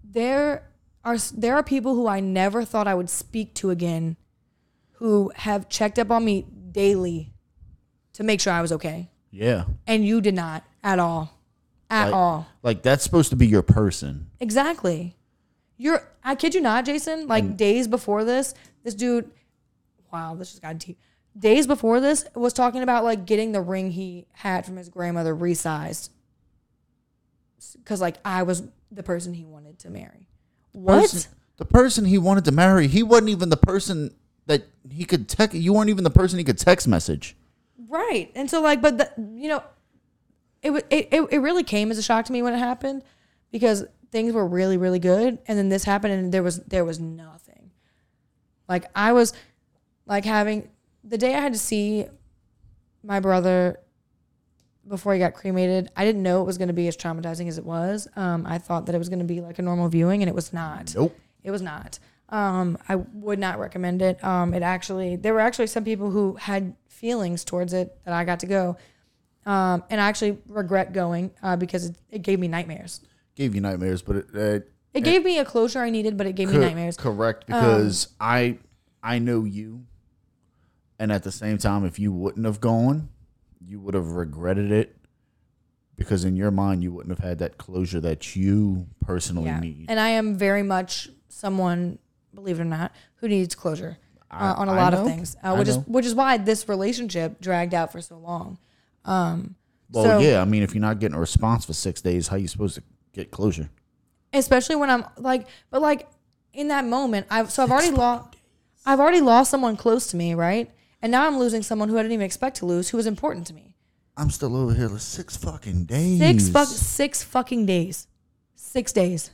[SPEAKER 1] There are s- there are people who I never thought I would speak to again, who have checked up on me daily to make sure I was okay,
[SPEAKER 2] yeah.
[SPEAKER 1] and you did not at all, at
[SPEAKER 2] Like-
[SPEAKER 1] all.
[SPEAKER 2] Like that's supposed to be your person.
[SPEAKER 1] Exactly. You're, I kid you not, Jason. Like days before this, this dude, wow, this just got deep. Days before this, was talking about like getting the ring he had from his grandmother resized, because like I was the person he wanted to marry. What?
[SPEAKER 2] Person- the person he wanted to marry, he wasn't even the person that he could text. You weren't even the person he could text message.
[SPEAKER 1] Right. And so like, but the, you know, it, wa- it it it really came as a shock to me when it happened because things were really really good and then this happened and there was there was nothing. Like I was like having the day I had to see my brother before he got cremated, I didn't know it was going to be as traumatizing as it was. Um, I thought that it was going to be like a normal viewing, and it was not.
[SPEAKER 2] Nope.
[SPEAKER 1] It was not. Um, I would not recommend it. Um, it actually, there were actually some people who had feelings towards it that I got to go. Um, and I actually regret going uh, because it, it gave me nightmares.
[SPEAKER 2] Gave you nightmares, but it, it
[SPEAKER 1] It gave me a closure I needed, but it gave me
[SPEAKER 2] Co-
[SPEAKER 1] nightmares. Um,
[SPEAKER 2] Correct, because I I know you, and at the same time, if you wouldn't have gone, you would have regretted it, because in your mind, you wouldn't have had that closure that you personally
[SPEAKER 1] Yeah.
[SPEAKER 2] need.
[SPEAKER 1] And I am very much someone, believe it or not, who needs closure uh, on a
[SPEAKER 2] I
[SPEAKER 1] lot of
[SPEAKER 2] know.
[SPEAKER 1] things, uh,
[SPEAKER 2] I
[SPEAKER 1] which is
[SPEAKER 2] know.
[SPEAKER 1] which is why this relationship dragged out for so long.
[SPEAKER 2] Well,
[SPEAKER 1] so-
[SPEAKER 2] yeah, I mean, if you're not getting a response for six days, how you supposed to get closure?
[SPEAKER 1] especially when I'm like, but like in that moment, I've so I've already lost, I've already lost someone close to me, right? And now I'm losing someone who I didn't even expect to lose, who was important to me.
[SPEAKER 2] I'm still over here for six fucking days.
[SPEAKER 1] Six fuck, six fucking days, six days.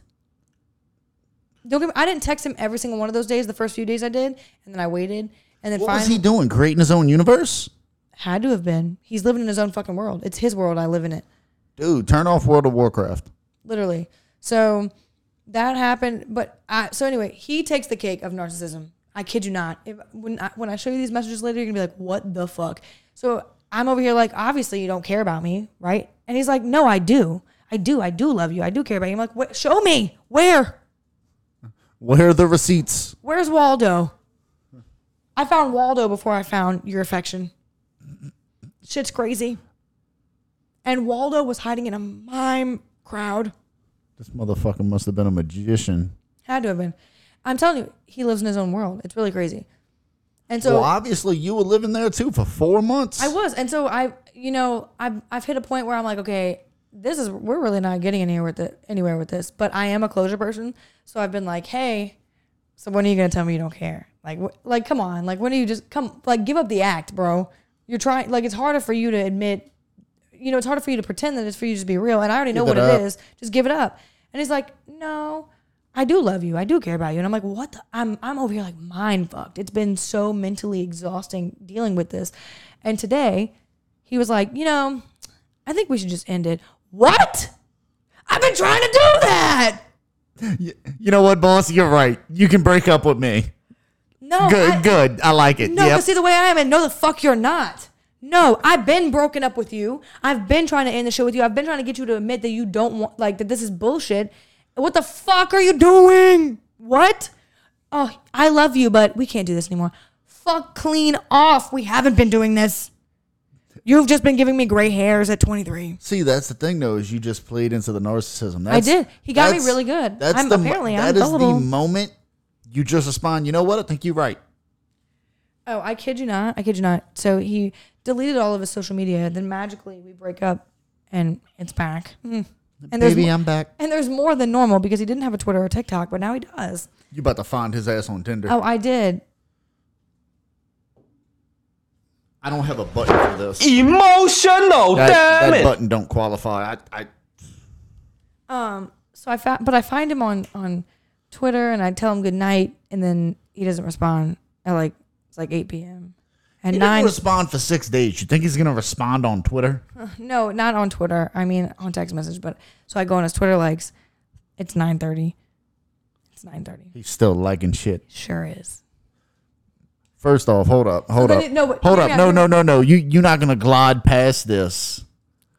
[SPEAKER 1] Don't get me, I didn't text him every single one of those days. The first few days I did, and then I waited, and then
[SPEAKER 2] What was
[SPEAKER 1] finally
[SPEAKER 2] he doing? Creating his own universe?
[SPEAKER 1] had to have been. He's living in his own fucking world. It's his world. I live in it.
[SPEAKER 2] Dude, turn off World of Warcraft.
[SPEAKER 1] literally. So that happened, but I, so anyway, he takes the cake of narcissism. I kid you not. If, when I, when I show you these messages later, you're gonna be like, "What the fuck?" So I'm over here like, obviously you don't care about me, right? And he's like, "No, I do. I do. I do love you. I do care about you." I'm like, what, "Show me where?
[SPEAKER 2] Where are the receipts?
[SPEAKER 1] Where's Waldo?" I found Waldo before I found your affection. Shit's crazy. And Waldo was hiding in a mime crowd.
[SPEAKER 2] This motherfucker must have been a magician.
[SPEAKER 1] Had to have been. I'm telling you, he lives in his own world. It's really crazy. And so
[SPEAKER 2] well, obviously, you were living there too for four months.
[SPEAKER 1] I was, and so I, you know, I've I've hit a point where I'm like, okay, this is we're really not getting anywhere with it, anywhere with this. But I am a closure person, so I've been like, hey, so when are you gonna tell me you don't care? Like, wh- like come on, like when are you just come like give up the act, bro? You're trying like it's harder for you to admit, you know, it's harder for you to pretend that it's for you to just be real. And I already know
[SPEAKER 2] Give
[SPEAKER 1] what
[SPEAKER 2] it
[SPEAKER 1] it
[SPEAKER 2] up.
[SPEAKER 1] is. Just give it up. And he's like, no. I do love you. I do care about you. And I'm like, what the? I'm, I'm over here like mind fucked. It's been so mentally exhausting dealing with this. And today, he was like, you know, I think we should just end it. What? I've been trying to do that.
[SPEAKER 2] You know what, boss? You're right. You can break up with me.
[SPEAKER 1] No,
[SPEAKER 2] Good,
[SPEAKER 1] I,
[SPEAKER 2] good. I like it.
[SPEAKER 1] no,
[SPEAKER 2] yep.
[SPEAKER 1] but see the way I am, and no, the fuck you're not. No, I've been broken up with you. I've been trying to end the show with you. I've been trying to get you to admit that you don't want, like, that this is bullshit. What the fuck are you doing? What? Oh, I love you, but we can't do this anymore. Fuck clean off. We haven't been doing this. You've just been giving me gray hairs at 23.
[SPEAKER 2] see, that's the thing, though, is you just played into the narcissism. That's,
[SPEAKER 1] did. He got me
[SPEAKER 2] that's-
[SPEAKER 1] really good.
[SPEAKER 2] That's
[SPEAKER 1] I'm-
[SPEAKER 2] the, mo-
[SPEAKER 1] apparently,
[SPEAKER 2] that
[SPEAKER 1] I'm
[SPEAKER 2] is
[SPEAKER 1] gullible.
[SPEAKER 2] the moment you just respond. You know what? I think you're right.
[SPEAKER 1] Oh, I kid you not. I kid you not. So he deleted all of his social media. Then magically we break up and it's back. Mm. And there's,
[SPEAKER 2] Baby,
[SPEAKER 1] mo-
[SPEAKER 2] I'm back.
[SPEAKER 1] and there's more than normal because he didn't have a Twitter or TikTok, but now he does.
[SPEAKER 2] You about to find his ass on Tinder.
[SPEAKER 1] Oh, I did.
[SPEAKER 2] I don't have a button for this.
[SPEAKER 3] Emotional
[SPEAKER 2] That, that
[SPEAKER 3] damage.
[SPEAKER 2] button don't qualify. I, I
[SPEAKER 1] Um, so I found, but I find him on, on Twitter and I tell him good night and then he doesn't respond at like, it's like 8 p.m. And
[SPEAKER 2] he
[SPEAKER 1] nine,
[SPEAKER 2] didn't respond for six days. You think he's gonna respond on Twitter?
[SPEAKER 1] no, not on Twitter. I mean on text message, but so I go on his Twitter likes. It's 9.30. It's 9.30.
[SPEAKER 2] He's still liking shit.
[SPEAKER 1] Sure is.
[SPEAKER 2] First off, hold up, hold
[SPEAKER 1] then
[SPEAKER 2] up,
[SPEAKER 1] it- no, but-
[SPEAKER 2] hold
[SPEAKER 1] hear
[SPEAKER 2] up.
[SPEAKER 1] me out,
[SPEAKER 2] No,
[SPEAKER 1] hear
[SPEAKER 2] no,
[SPEAKER 1] me-
[SPEAKER 2] no, no. You you're not gonna glide past this.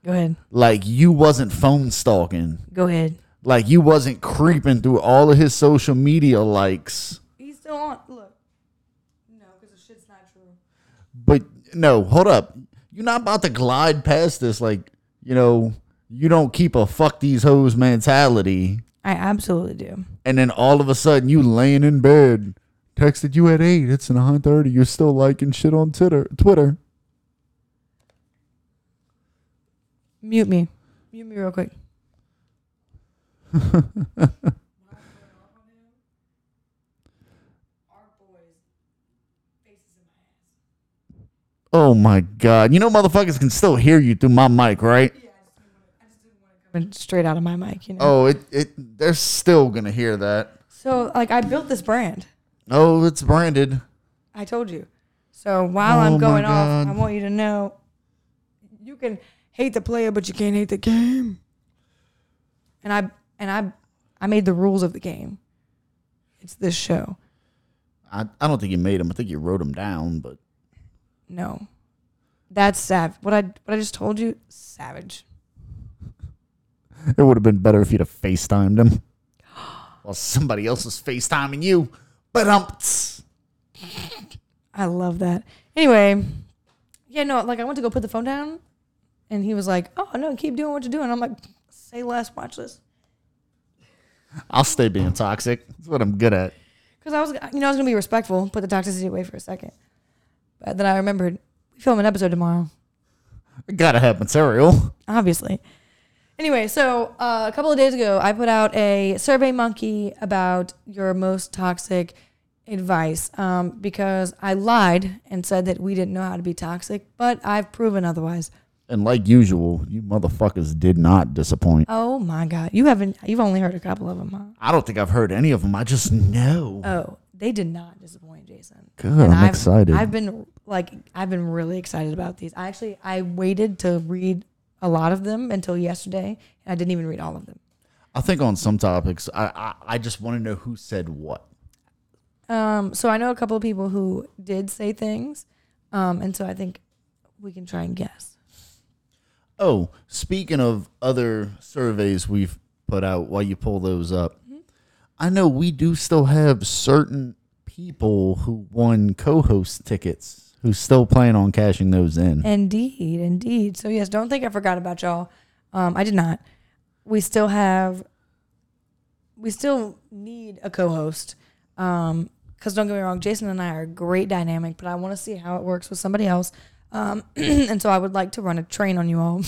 [SPEAKER 1] Go ahead.
[SPEAKER 2] Like you wasn't phone stalking.
[SPEAKER 1] Go ahead.
[SPEAKER 2] Like you wasn't creeping through all of his social media likes.
[SPEAKER 1] He's still on. Look. No, because the shit's not true.
[SPEAKER 2] But no, hold up. You're not about to glide past this. Like you know, you don't keep a fuck these hoes mentality.
[SPEAKER 1] I absolutely do.
[SPEAKER 2] and then all of a sudden you laying in bed texted you at 8 it's 9.30 you're still liking shit on twitter twitter
[SPEAKER 1] Mute me. Mute me real quick.
[SPEAKER 2] oh my god you know motherfuckers can still hear you through my mic right
[SPEAKER 1] Coming straight out of my mic, you know.
[SPEAKER 2] oh it, it they're still gonna hear that
[SPEAKER 1] So like I built this brand.
[SPEAKER 2] oh it's branded
[SPEAKER 1] I told you. So while
[SPEAKER 2] Oh my
[SPEAKER 1] I'm going off,
[SPEAKER 2] God.
[SPEAKER 1] I want you to know you can hate the player, but you can't hate the game. And I and I I made the rules of the game. It's this show.
[SPEAKER 2] I, I don't think you made them i think you wrote them down but
[SPEAKER 1] No. That's sav what I what I just told you, savage.
[SPEAKER 2] it would have been better if you'd have facetimed him while somebody else was facetiming you but um
[SPEAKER 1] I love that. Anyway, yeah, no, like I went to go put the phone down and he was like, Oh no, keep doing what you're doing. I'm like, say less, watch this.
[SPEAKER 2] i'll stay being toxic that's what i'm good at
[SPEAKER 1] Because I was, you know, I was gonna be respectful, put the toxicity away for a second. But then I remembered we film an episode tomorrow,
[SPEAKER 2] i gotta have material
[SPEAKER 1] obviously. Anyway, so uh, a couple of days ago, I put out a Survey Monkey about your most toxic advice um, because I lied and said that we didn't know how to be toxic, but I've proven otherwise.
[SPEAKER 2] And like usual, you motherfuckers did not disappoint.
[SPEAKER 1] Oh my God, you haven't, you've only heard a couple of them, huh?
[SPEAKER 2] I don't think I've heard any of them. I just know.
[SPEAKER 1] Oh, they did not disappoint, Jason.
[SPEAKER 2] Good,
[SPEAKER 1] And
[SPEAKER 2] Oh, I'm
[SPEAKER 1] I've-
[SPEAKER 2] excited.
[SPEAKER 1] I've been like, I've been really excited about these. I actually, I waited to read a lot of them until yesterday, and I didn't even read all of them.
[SPEAKER 2] I think on some topics, I I, I just want to know who said what.
[SPEAKER 1] Um, so I know a couple of people who did say things, um, and so I think we can try and guess.
[SPEAKER 2] Oh, speaking of other surveys we've put out, while you pull those up, I know we do still have certain people who won co-host tickets who still plan on cashing those in.
[SPEAKER 1] Indeed, indeed. So yes, don't think I forgot about y'all. Um, I did not. We still have. We still need a co-host. Um, because don't get me wrong, Jason and I are a great dynamic, but I want to see how it works with somebody else. Um, and so I would like to run a train on you all,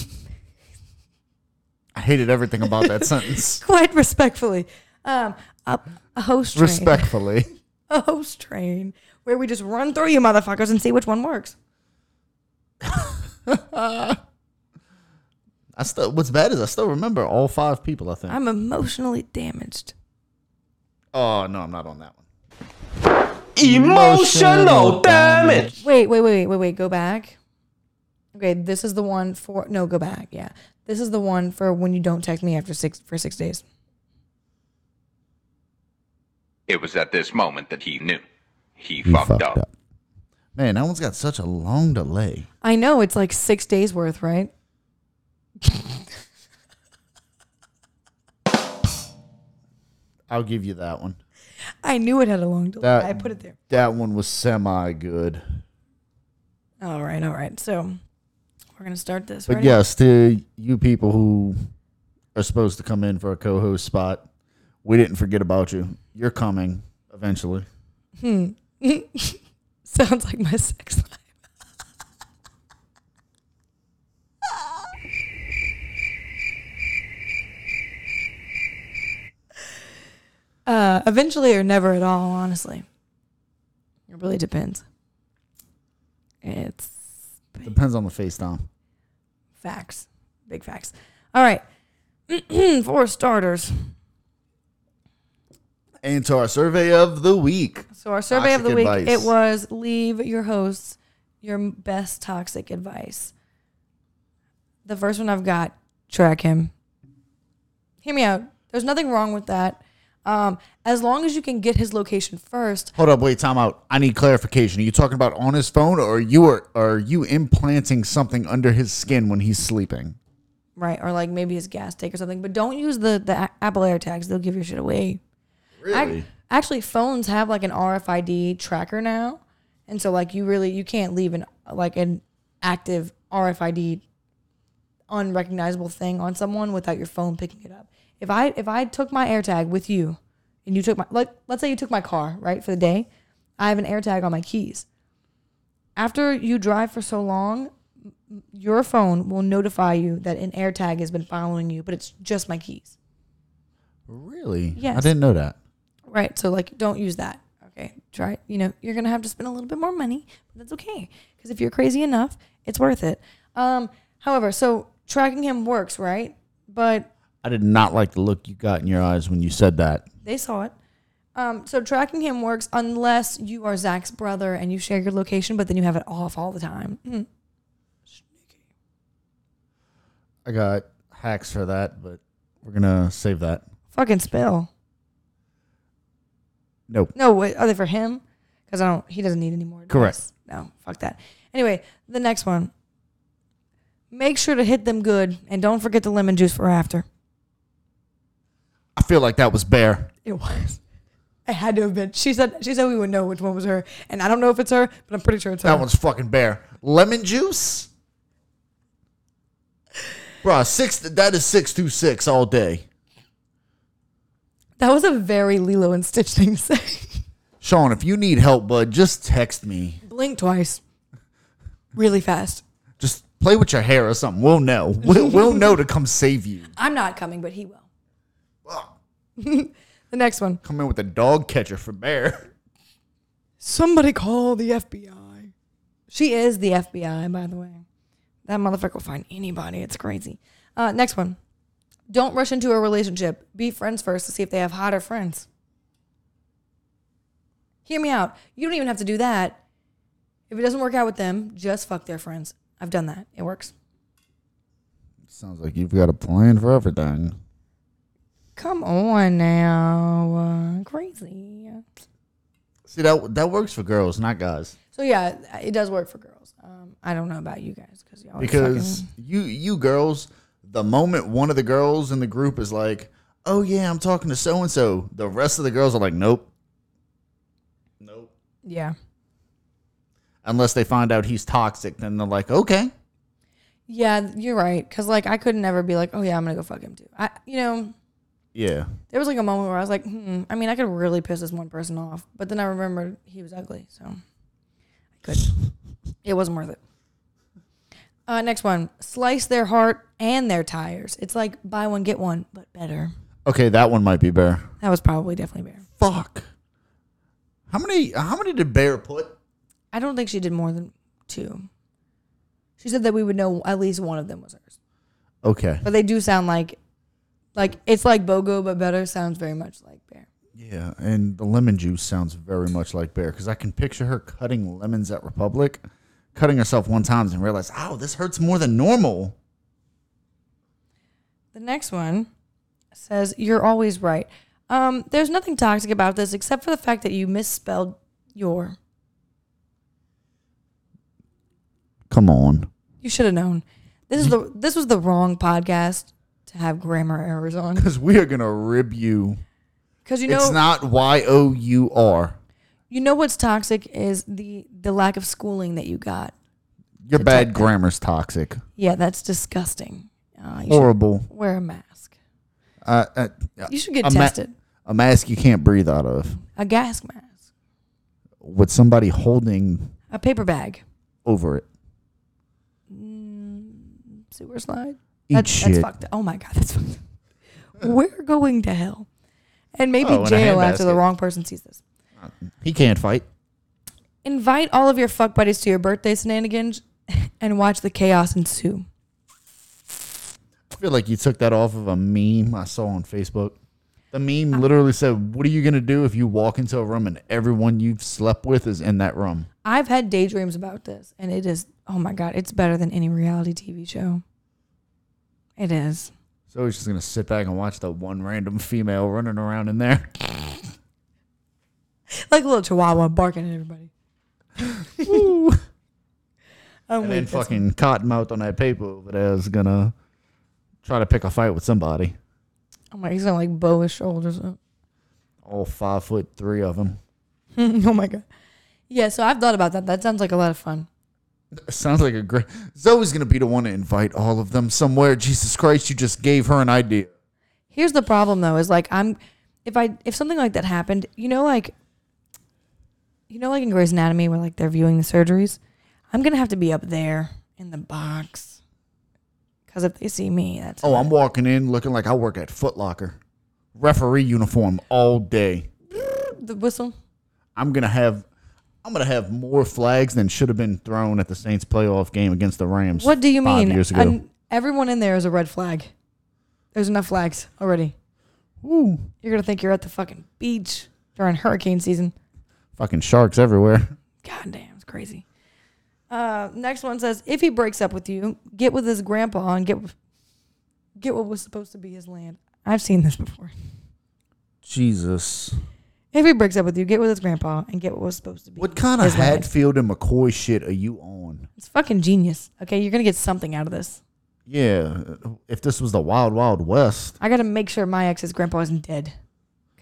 [SPEAKER 2] I hated everything about that sentence.
[SPEAKER 1] quite respectfully. Um, a, a host train,
[SPEAKER 2] Respectfully.
[SPEAKER 1] a host train, where we just run through you motherfuckers and see which one works.
[SPEAKER 2] I still what's bad is I still remember all five people, I think.
[SPEAKER 1] I'm emotionally damaged.
[SPEAKER 2] oh no, I'm not on that one.
[SPEAKER 3] Emotional damage.
[SPEAKER 1] Wait, wait, wait, wait, wait, wait. Go back. Okay, this is the one for no. Go back. Yeah, this is the one for when you don't text me after six for six days.
[SPEAKER 4] It was at this moment that he knew. He, fucked, up.
[SPEAKER 2] Man, that one's got such a long delay.
[SPEAKER 1] I know it's like six days worth, right?
[SPEAKER 2] I'll give you that one.
[SPEAKER 1] I knew it had a long delay.
[SPEAKER 2] That-
[SPEAKER 1] I put it there.
[SPEAKER 2] That one was semi good.
[SPEAKER 1] All right, all right. So we're gonna start this.
[SPEAKER 2] But
[SPEAKER 1] Ready?
[SPEAKER 2] yes, to you people who are supposed to come in for a co host spot, we didn't forget about you. You're coming eventually.
[SPEAKER 1] Hmm. Sounds like my sex life. uh, eventually or never at all, honestly. It really depends. It's
[SPEAKER 2] Depends on the FaceTime.
[SPEAKER 1] facts, big facts. All right. For starters,
[SPEAKER 2] And to our survey of the week.
[SPEAKER 1] so our survey of the
[SPEAKER 2] Toxic
[SPEAKER 1] week
[SPEAKER 2] advice.
[SPEAKER 1] it was leave your hosts your m- best toxic advice. The first one I've got track him. Hear me out. There's nothing wrong with that. Um, as long as you can get his location first,
[SPEAKER 2] Hold up, wait, time out. I need clarification. Are you talking about on his phone or you are are you implanting something under his skin when he's sleeping?
[SPEAKER 1] right? Or like maybe his gas tank or something. But don't use the the A- Apple AirTags; they'll give your shit away. Really? actually, phones have like an RFID tracker now, and so like you really you can't leave an like an active RFID unrecognizable thing on someone without your phone picking it up. If I if I took my AirTag with you, and you took my like let's say you took my car right for the day, I have an AirTag on my keys. After you drive for so long, m- your phone will notify you that an AirTag has been following you, but it's just my keys.
[SPEAKER 2] Really? I
[SPEAKER 1] Yes.
[SPEAKER 2] didn't know that.
[SPEAKER 1] Right. So like, don't use that. Okay. Try. You know, you're gonna have to spend a little bit more money, but that's okay because if you're crazy enough, it's worth it. Um. However, so tracking him works, right? But
[SPEAKER 2] I did not like the look you got in your eyes when you said that.
[SPEAKER 1] they saw it. Um, so tracking him works unless you are Zach's brother and you share your location, but then you have it off all the time. Mm.
[SPEAKER 2] I got hacks for that, but we're gonna save that.
[SPEAKER 1] Fucking spill.
[SPEAKER 2] Nope.
[SPEAKER 1] No, wait, are they for him? Because I don't. He doesn't need any more. advice.
[SPEAKER 2] Correct.
[SPEAKER 1] No, fuck that. Anyway, the next one. Make sure to hit them good, and don't forget the lemon juice for after.
[SPEAKER 2] I feel like that was bare.
[SPEAKER 1] It was. It had to have been. She said. She said we would know which one was her, and I don't know if it's her, but I'm pretty sure it's her.
[SPEAKER 2] That one's fucking bare. Lemon juice? Bruh, six that is six two six all day.
[SPEAKER 1] That was a very Lilo and Stitch thing to say.
[SPEAKER 2] Sean, if you need help, bud, just text me.
[SPEAKER 1] Blink twice, really fast.
[SPEAKER 2] Just play with your hair or something. We'll know. We'll, we'll know to come save you.
[SPEAKER 1] I'm not coming, but he will. the next one.
[SPEAKER 2] Come in with a dog catcher for bear.
[SPEAKER 1] Somebody call the FBI. She is the FBI, by the way. That motherfucker will find anybody. It's crazy. Uh, next one. Don't rush into a relationship. Be friends first to see if they have hotter friends. Hear me out. You don't even have to do that. If it doesn't work out with them, just fuck their friends. I've done that. It works.
[SPEAKER 2] Sounds like you've got a plan for everything.
[SPEAKER 1] Come on now. Uh, crazy.
[SPEAKER 2] See that that works for girls, not guys.
[SPEAKER 1] So yeah, it does work for girls. Um, I don't know about you guys because y'all
[SPEAKER 2] Because you you girls, the moment one of the girls in the group is like, "Oh yeah, I'm talking to so and so," the rest of the girls are like, "Nope, nope."
[SPEAKER 1] fucking- yeah,
[SPEAKER 2] Unless they find out he's toxic, then they're like, "Okay."
[SPEAKER 1] yeah, you're right. Because like I could never be like, oh yeah, I'm gonna go fuck him too. I, you know,
[SPEAKER 2] Yeah,
[SPEAKER 1] there was like a moment where I was like, hmm, I mean, I could really piss this one person off, but then I remembered he was ugly, so I could. it wasn't worth it. Uh, next one, slice their heart and their tires. It's like buy one get one, but better.
[SPEAKER 2] okay, that one might be bear.
[SPEAKER 1] That was probably definitely bear.
[SPEAKER 2] Fuck. How many? How many did bear put?
[SPEAKER 1] I don't think she did more than two. She said that we would know at least one of them was hers.
[SPEAKER 2] Okay.
[SPEAKER 1] But they do sound like, like it's like Bogo but better. Sounds very much like Bear.
[SPEAKER 2] Yeah, and the lemon juice sounds very much like Bear because I can picture her cutting lemons at Republic, cutting herself one time and realize, oh, this hurts more than normal.
[SPEAKER 1] The next one says you're always right. Um, there's nothing toxic about this except for the fact that you misspelled your.
[SPEAKER 2] Come on.
[SPEAKER 1] You should have known. This is the this was the wrong podcast to have grammar errors on
[SPEAKER 2] Because we are going to rib you.
[SPEAKER 1] because you know
[SPEAKER 2] it's not Y O U R.
[SPEAKER 1] you know what's toxic is the the lack of schooling that you got.
[SPEAKER 2] Your bad grammar's toxic.
[SPEAKER 1] Yeah, that's disgusting. Uh, you should
[SPEAKER 2] Horrible.
[SPEAKER 1] wear a mask.
[SPEAKER 2] Uh, uh, uh,
[SPEAKER 1] You should get
[SPEAKER 2] a ma-
[SPEAKER 1] tested.
[SPEAKER 2] a mask you can't breathe out of.
[SPEAKER 1] a gas mask,
[SPEAKER 2] With somebody holding
[SPEAKER 1] a paper bag, Mm,
[SPEAKER 2] over it.
[SPEAKER 1] sewer slide.
[SPEAKER 2] Eat
[SPEAKER 1] That's,
[SPEAKER 2] shit.
[SPEAKER 1] that's fucked. up. Oh my god, that's fucked. up. We're going to hell, and maybe
[SPEAKER 2] Oh, and a
[SPEAKER 1] jail after the
[SPEAKER 2] handbasket.
[SPEAKER 1] wrong person sees this.
[SPEAKER 2] He can't fight.
[SPEAKER 1] Invite all of your fuck buddies to your birthday shenanigans, and watch the chaos ensue.
[SPEAKER 2] I feel like you took that off of a meme I saw on Facebook. The meme literally said, What are you going to do if you walk into a room and everyone you've slept with is in that room?
[SPEAKER 1] I've had daydreams about this, and it is oh my god, it's better than any reality TV show. It is.
[SPEAKER 2] So he's just going to sit back and watch the one random female running around in there.
[SPEAKER 1] like a little chihuahua barking at everybody. Oh um,
[SPEAKER 2] And
[SPEAKER 1] wait,
[SPEAKER 2] then
[SPEAKER 1] that's-
[SPEAKER 2] fucking Cottonmouth on that paper over there is going to try to pick a fight with somebody.
[SPEAKER 1] oh my, he's gonna like bow his shoulders up.
[SPEAKER 2] All five foot three of them.
[SPEAKER 1] oh my god. Yeah, so I've thought about that. That sounds like a lot of fun.
[SPEAKER 2] Sounds like a great. Zoe's going to be the one to invite all of them somewhere. Jesus Christ, you just gave her an idea.
[SPEAKER 1] Here's the problem though, is like I'm if I if something like that happened, you know like you know like in Grey's Anatomy where like they're viewing the surgeries, I'm gonna have to be up there in the box. Cause if they see me, that's
[SPEAKER 2] Oh, I'm walking in looking like I work at Foot Locker. Referee uniform all day.
[SPEAKER 1] the whistle.
[SPEAKER 2] I'm gonna have I'm gonna have more flags than should have been thrown at the Saints playoff game against the Rams.
[SPEAKER 1] What do you
[SPEAKER 2] five
[SPEAKER 1] mean?
[SPEAKER 2] Years ago.
[SPEAKER 1] And everyone in there is a red flag. There's enough flags already.
[SPEAKER 2] Ooh,
[SPEAKER 1] You're gonna think you're at the fucking beach during hurricane season.
[SPEAKER 2] fucking sharks everywhere.
[SPEAKER 1] God damn, it's crazy. Uh, next one says, if he breaks up with you, get with his grandpa and get get what was supposed to be his land. I've seen this before.
[SPEAKER 2] Jesus.
[SPEAKER 1] If he breaks up with you, get with his grandpa and get what was supposed to be.
[SPEAKER 2] What kind of
[SPEAKER 1] his land.
[SPEAKER 2] Hadfield and McCoy shit are you on?
[SPEAKER 1] It's fucking genius. Okay, you're gonna get something out of this.
[SPEAKER 2] Yeah, if this was the Wild Wild West,
[SPEAKER 1] I gotta make sure my ex's grandpa isn't dead,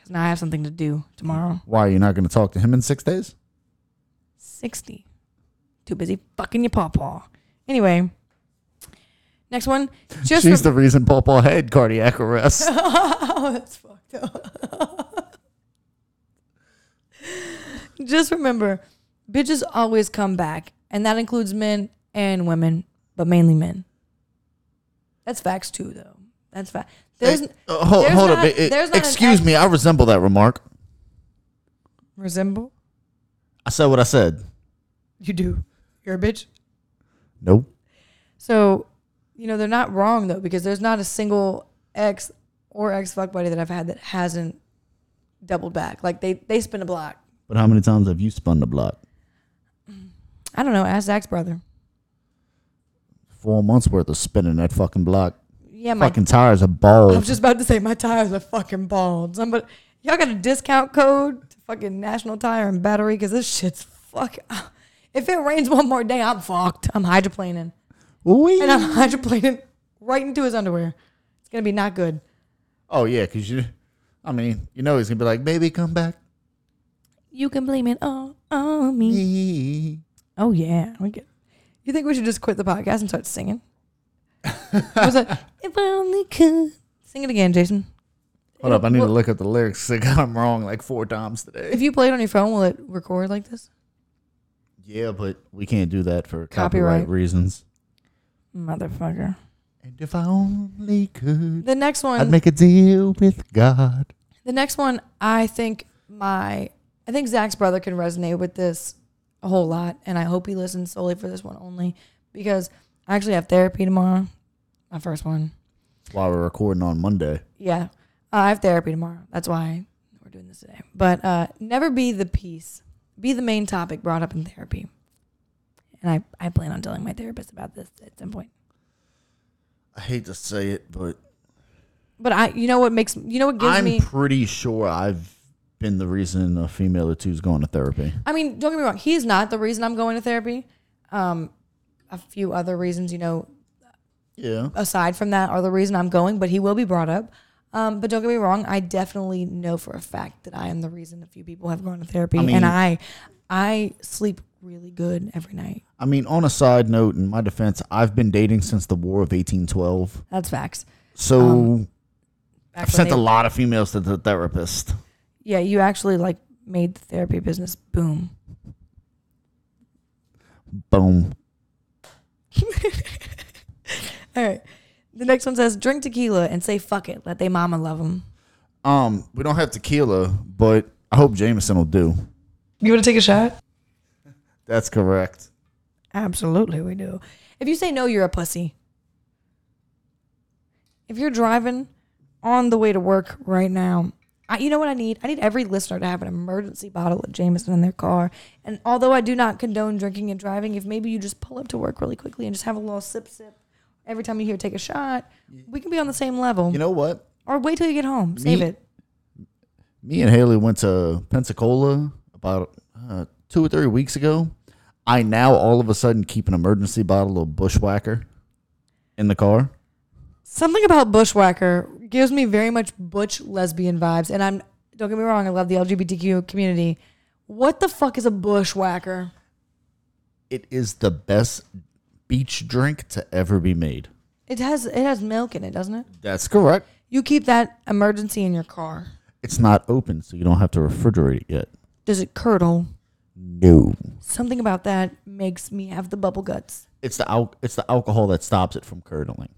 [SPEAKER 1] cause now I have something to do tomorrow.
[SPEAKER 2] why are you not going to talk to him in six days?
[SPEAKER 1] Sixty. Too busy fucking your pawpaw. Anyway. Next one. Just
[SPEAKER 2] She's
[SPEAKER 1] rem-
[SPEAKER 2] the reason Paul Paul had cardiac arrest.
[SPEAKER 1] Oh, that's fucked up. Just remember, bitches always come back, and that includes men and women, but mainly men. That's facts too, though. That's fact. There's
[SPEAKER 2] Hey, uh, hold,
[SPEAKER 1] there's
[SPEAKER 2] hold
[SPEAKER 1] not-
[SPEAKER 2] up. It- it-
[SPEAKER 1] there's not an
[SPEAKER 2] excuse
[SPEAKER 1] ex-
[SPEAKER 2] me, I resemble that remark.
[SPEAKER 1] resemble.
[SPEAKER 2] I said what I said.
[SPEAKER 1] You do. You're a bitch.
[SPEAKER 2] Nope.
[SPEAKER 1] So, you know they're not wrong though, because there's not a single ex or ex fuck buddy that I've had that hasn't doubled back. Like they they spin a block.
[SPEAKER 2] But how many times have you spun the block?
[SPEAKER 1] I don't know. Ask Zach's brother.
[SPEAKER 2] Four months worth of spinning that fucking block.
[SPEAKER 1] Yeah, Oh my
[SPEAKER 2] Fucking tires are bald.
[SPEAKER 1] I was just about to say my tires are fucking bald. Somebody, y'all got a discount code to fucking National Tire and Battery because this shit's fuck. If it rains one more day, I'm fucked. I'm hydroplaning,
[SPEAKER 2] Wee.
[SPEAKER 1] and I'm hydroplaning right into his underwear. It's gonna be not good.
[SPEAKER 2] Oh yeah, cause you, I mean, you know he's gonna be like, baby, come back.
[SPEAKER 1] You can blame it all on me. Oh yeah, we get. You think we should just quit the podcast and start singing? What was that? if I only could sing it again, Jason.
[SPEAKER 2] Hold up, I need
[SPEAKER 1] Well-
[SPEAKER 2] to look up the lyrics. I got them wrong like four times today.
[SPEAKER 1] If you play it on your phone, will it record like this?
[SPEAKER 2] Yeah, but we can't do that for copyright,
[SPEAKER 1] Copyright.
[SPEAKER 2] reasons.
[SPEAKER 1] Motherfucker.
[SPEAKER 2] And if I only could,
[SPEAKER 1] The next one.
[SPEAKER 2] I'd make a deal with God.
[SPEAKER 1] The next one, I think my, I think Zach's brother can resonate with this a whole lot, and I hope he listens solely for this one only because I actually have therapy tomorrow. My first one,
[SPEAKER 2] While we're recording on Monday,
[SPEAKER 1] yeah, uh, I have therapy tomorrow. That's why we're doing this today. But uh, never be the piece, be the main topic brought up in therapy. And I, I plan on telling my therapist about this at some point.
[SPEAKER 2] I hate to say it, but
[SPEAKER 1] But I, you know what makes, you know what gives
[SPEAKER 2] I'm
[SPEAKER 1] me.
[SPEAKER 2] pretty sure I've been the reason a female or two's going to therapy.
[SPEAKER 1] I mean, don't get me wrong. He's not the reason I'm going to therapy. Um, a few other reasons, you know,
[SPEAKER 2] Yeah.
[SPEAKER 1] aside from that are the reason I'm going, but he will be brought up. Um, but don't get me wrong, I definitely know for a fact that I am the reason a few people have gone to therapy,
[SPEAKER 2] mean-
[SPEAKER 1] and I, I sleep really good every night.
[SPEAKER 2] I mean, on a side note, in my defense, I've been dating since the War of 1812.
[SPEAKER 1] That's facts.
[SPEAKER 2] So
[SPEAKER 1] Um, Back
[SPEAKER 2] I've
[SPEAKER 1] when
[SPEAKER 2] sent
[SPEAKER 1] they-
[SPEAKER 2] a lot of females to the therapist.
[SPEAKER 1] yeah, you actually like made the therapy business boom.
[SPEAKER 2] Boom.
[SPEAKER 1] All right. The next one says, drink tequila and say fuck it. Let they mama love them.
[SPEAKER 2] Um, we don't have tequila, but I hope Jameson will do.
[SPEAKER 1] You want to take a shot?
[SPEAKER 2] That's correct.
[SPEAKER 1] Absolutely, we do. If you say no, you're a pussy. If you're driving on the way to work right now, I, you know what I need? I need every listener to have an emergency bottle of Jameson in their car. And although I do not condone drinking and driving, if maybe you just pull up to work really quickly and just have a little sip sip every time you hear take a shot, we can be on the same level.
[SPEAKER 2] You know what?
[SPEAKER 1] or wait till you get home. Save
[SPEAKER 2] Me-
[SPEAKER 1] it.
[SPEAKER 2] Me and Haley went to Pensacola about uh, two or three weeks ago. I now all of a sudden keep an emergency bottle of Bushwhacker in the car.
[SPEAKER 1] Something about Bushwhacker gives me very much butch lesbian vibes, and I'm don't get me wrong, I love the LGBTQ community. What the fuck is a bushwhacker?
[SPEAKER 2] It is the best beach drink to ever be made.
[SPEAKER 1] It has it has milk in it, doesn't it?
[SPEAKER 2] That's correct.
[SPEAKER 1] You keep that emergency in your car.
[SPEAKER 2] It's not open, so you don't have to refrigerate it yet.
[SPEAKER 1] Does it curdle?
[SPEAKER 2] No.
[SPEAKER 1] Something about that makes me have the bubble guts.
[SPEAKER 2] It's the al- it's the alcohol that stops it from curdling.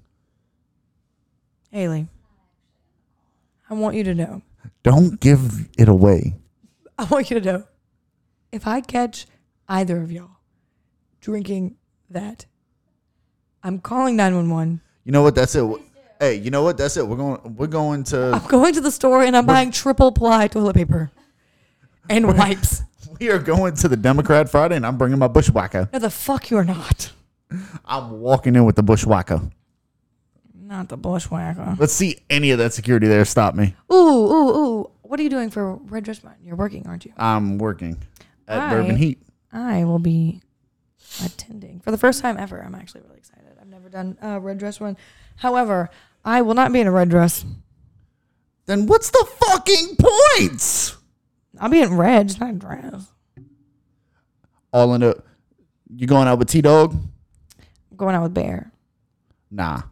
[SPEAKER 1] Haley, I want you to know.
[SPEAKER 2] Don't give it away.
[SPEAKER 1] I want you to know. If I catch either of y'all drinking that, I'm calling 911.
[SPEAKER 2] You know what? That's it. Hey, you know what? That's it. We're going. We're going to.
[SPEAKER 1] I'm going to the store and I'm buying triple ply toilet paper and wipes.
[SPEAKER 2] We are going to the Democrat Friday, and I'm bringing my bushwhacker.
[SPEAKER 1] No, the fuck you're not.
[SPEAKER 2] I'm walking in with the bushwhacker.
[SPEAKER 1] Not the bushwhacker.
[SPEAKER 2] Let's see any of that security there stop me.
[SPEAKER 1] Ooh, ooh, ooh. What are you doing for Red Dress Month? You're working, aren't you?
[SPEAKER 2] I'm working at
[SPEAKER 1] Hi.
[SPEAKER 2] Bourbon Heat.
[SPEAKER 1] I will be attending for the first time ever. I'm actually really excited. I've never done a red dress run. However, I will not be in a red dress.
[SPEAKER 2] Then what's the fucking points?
[SPEAKER 1] I'll be in red, just not in dress.
[SPEAKER 2] All in a. You going out with T Dog?
[SPEAKER 1] I'm going out with Bear.
[SPEAKER 2] Nah.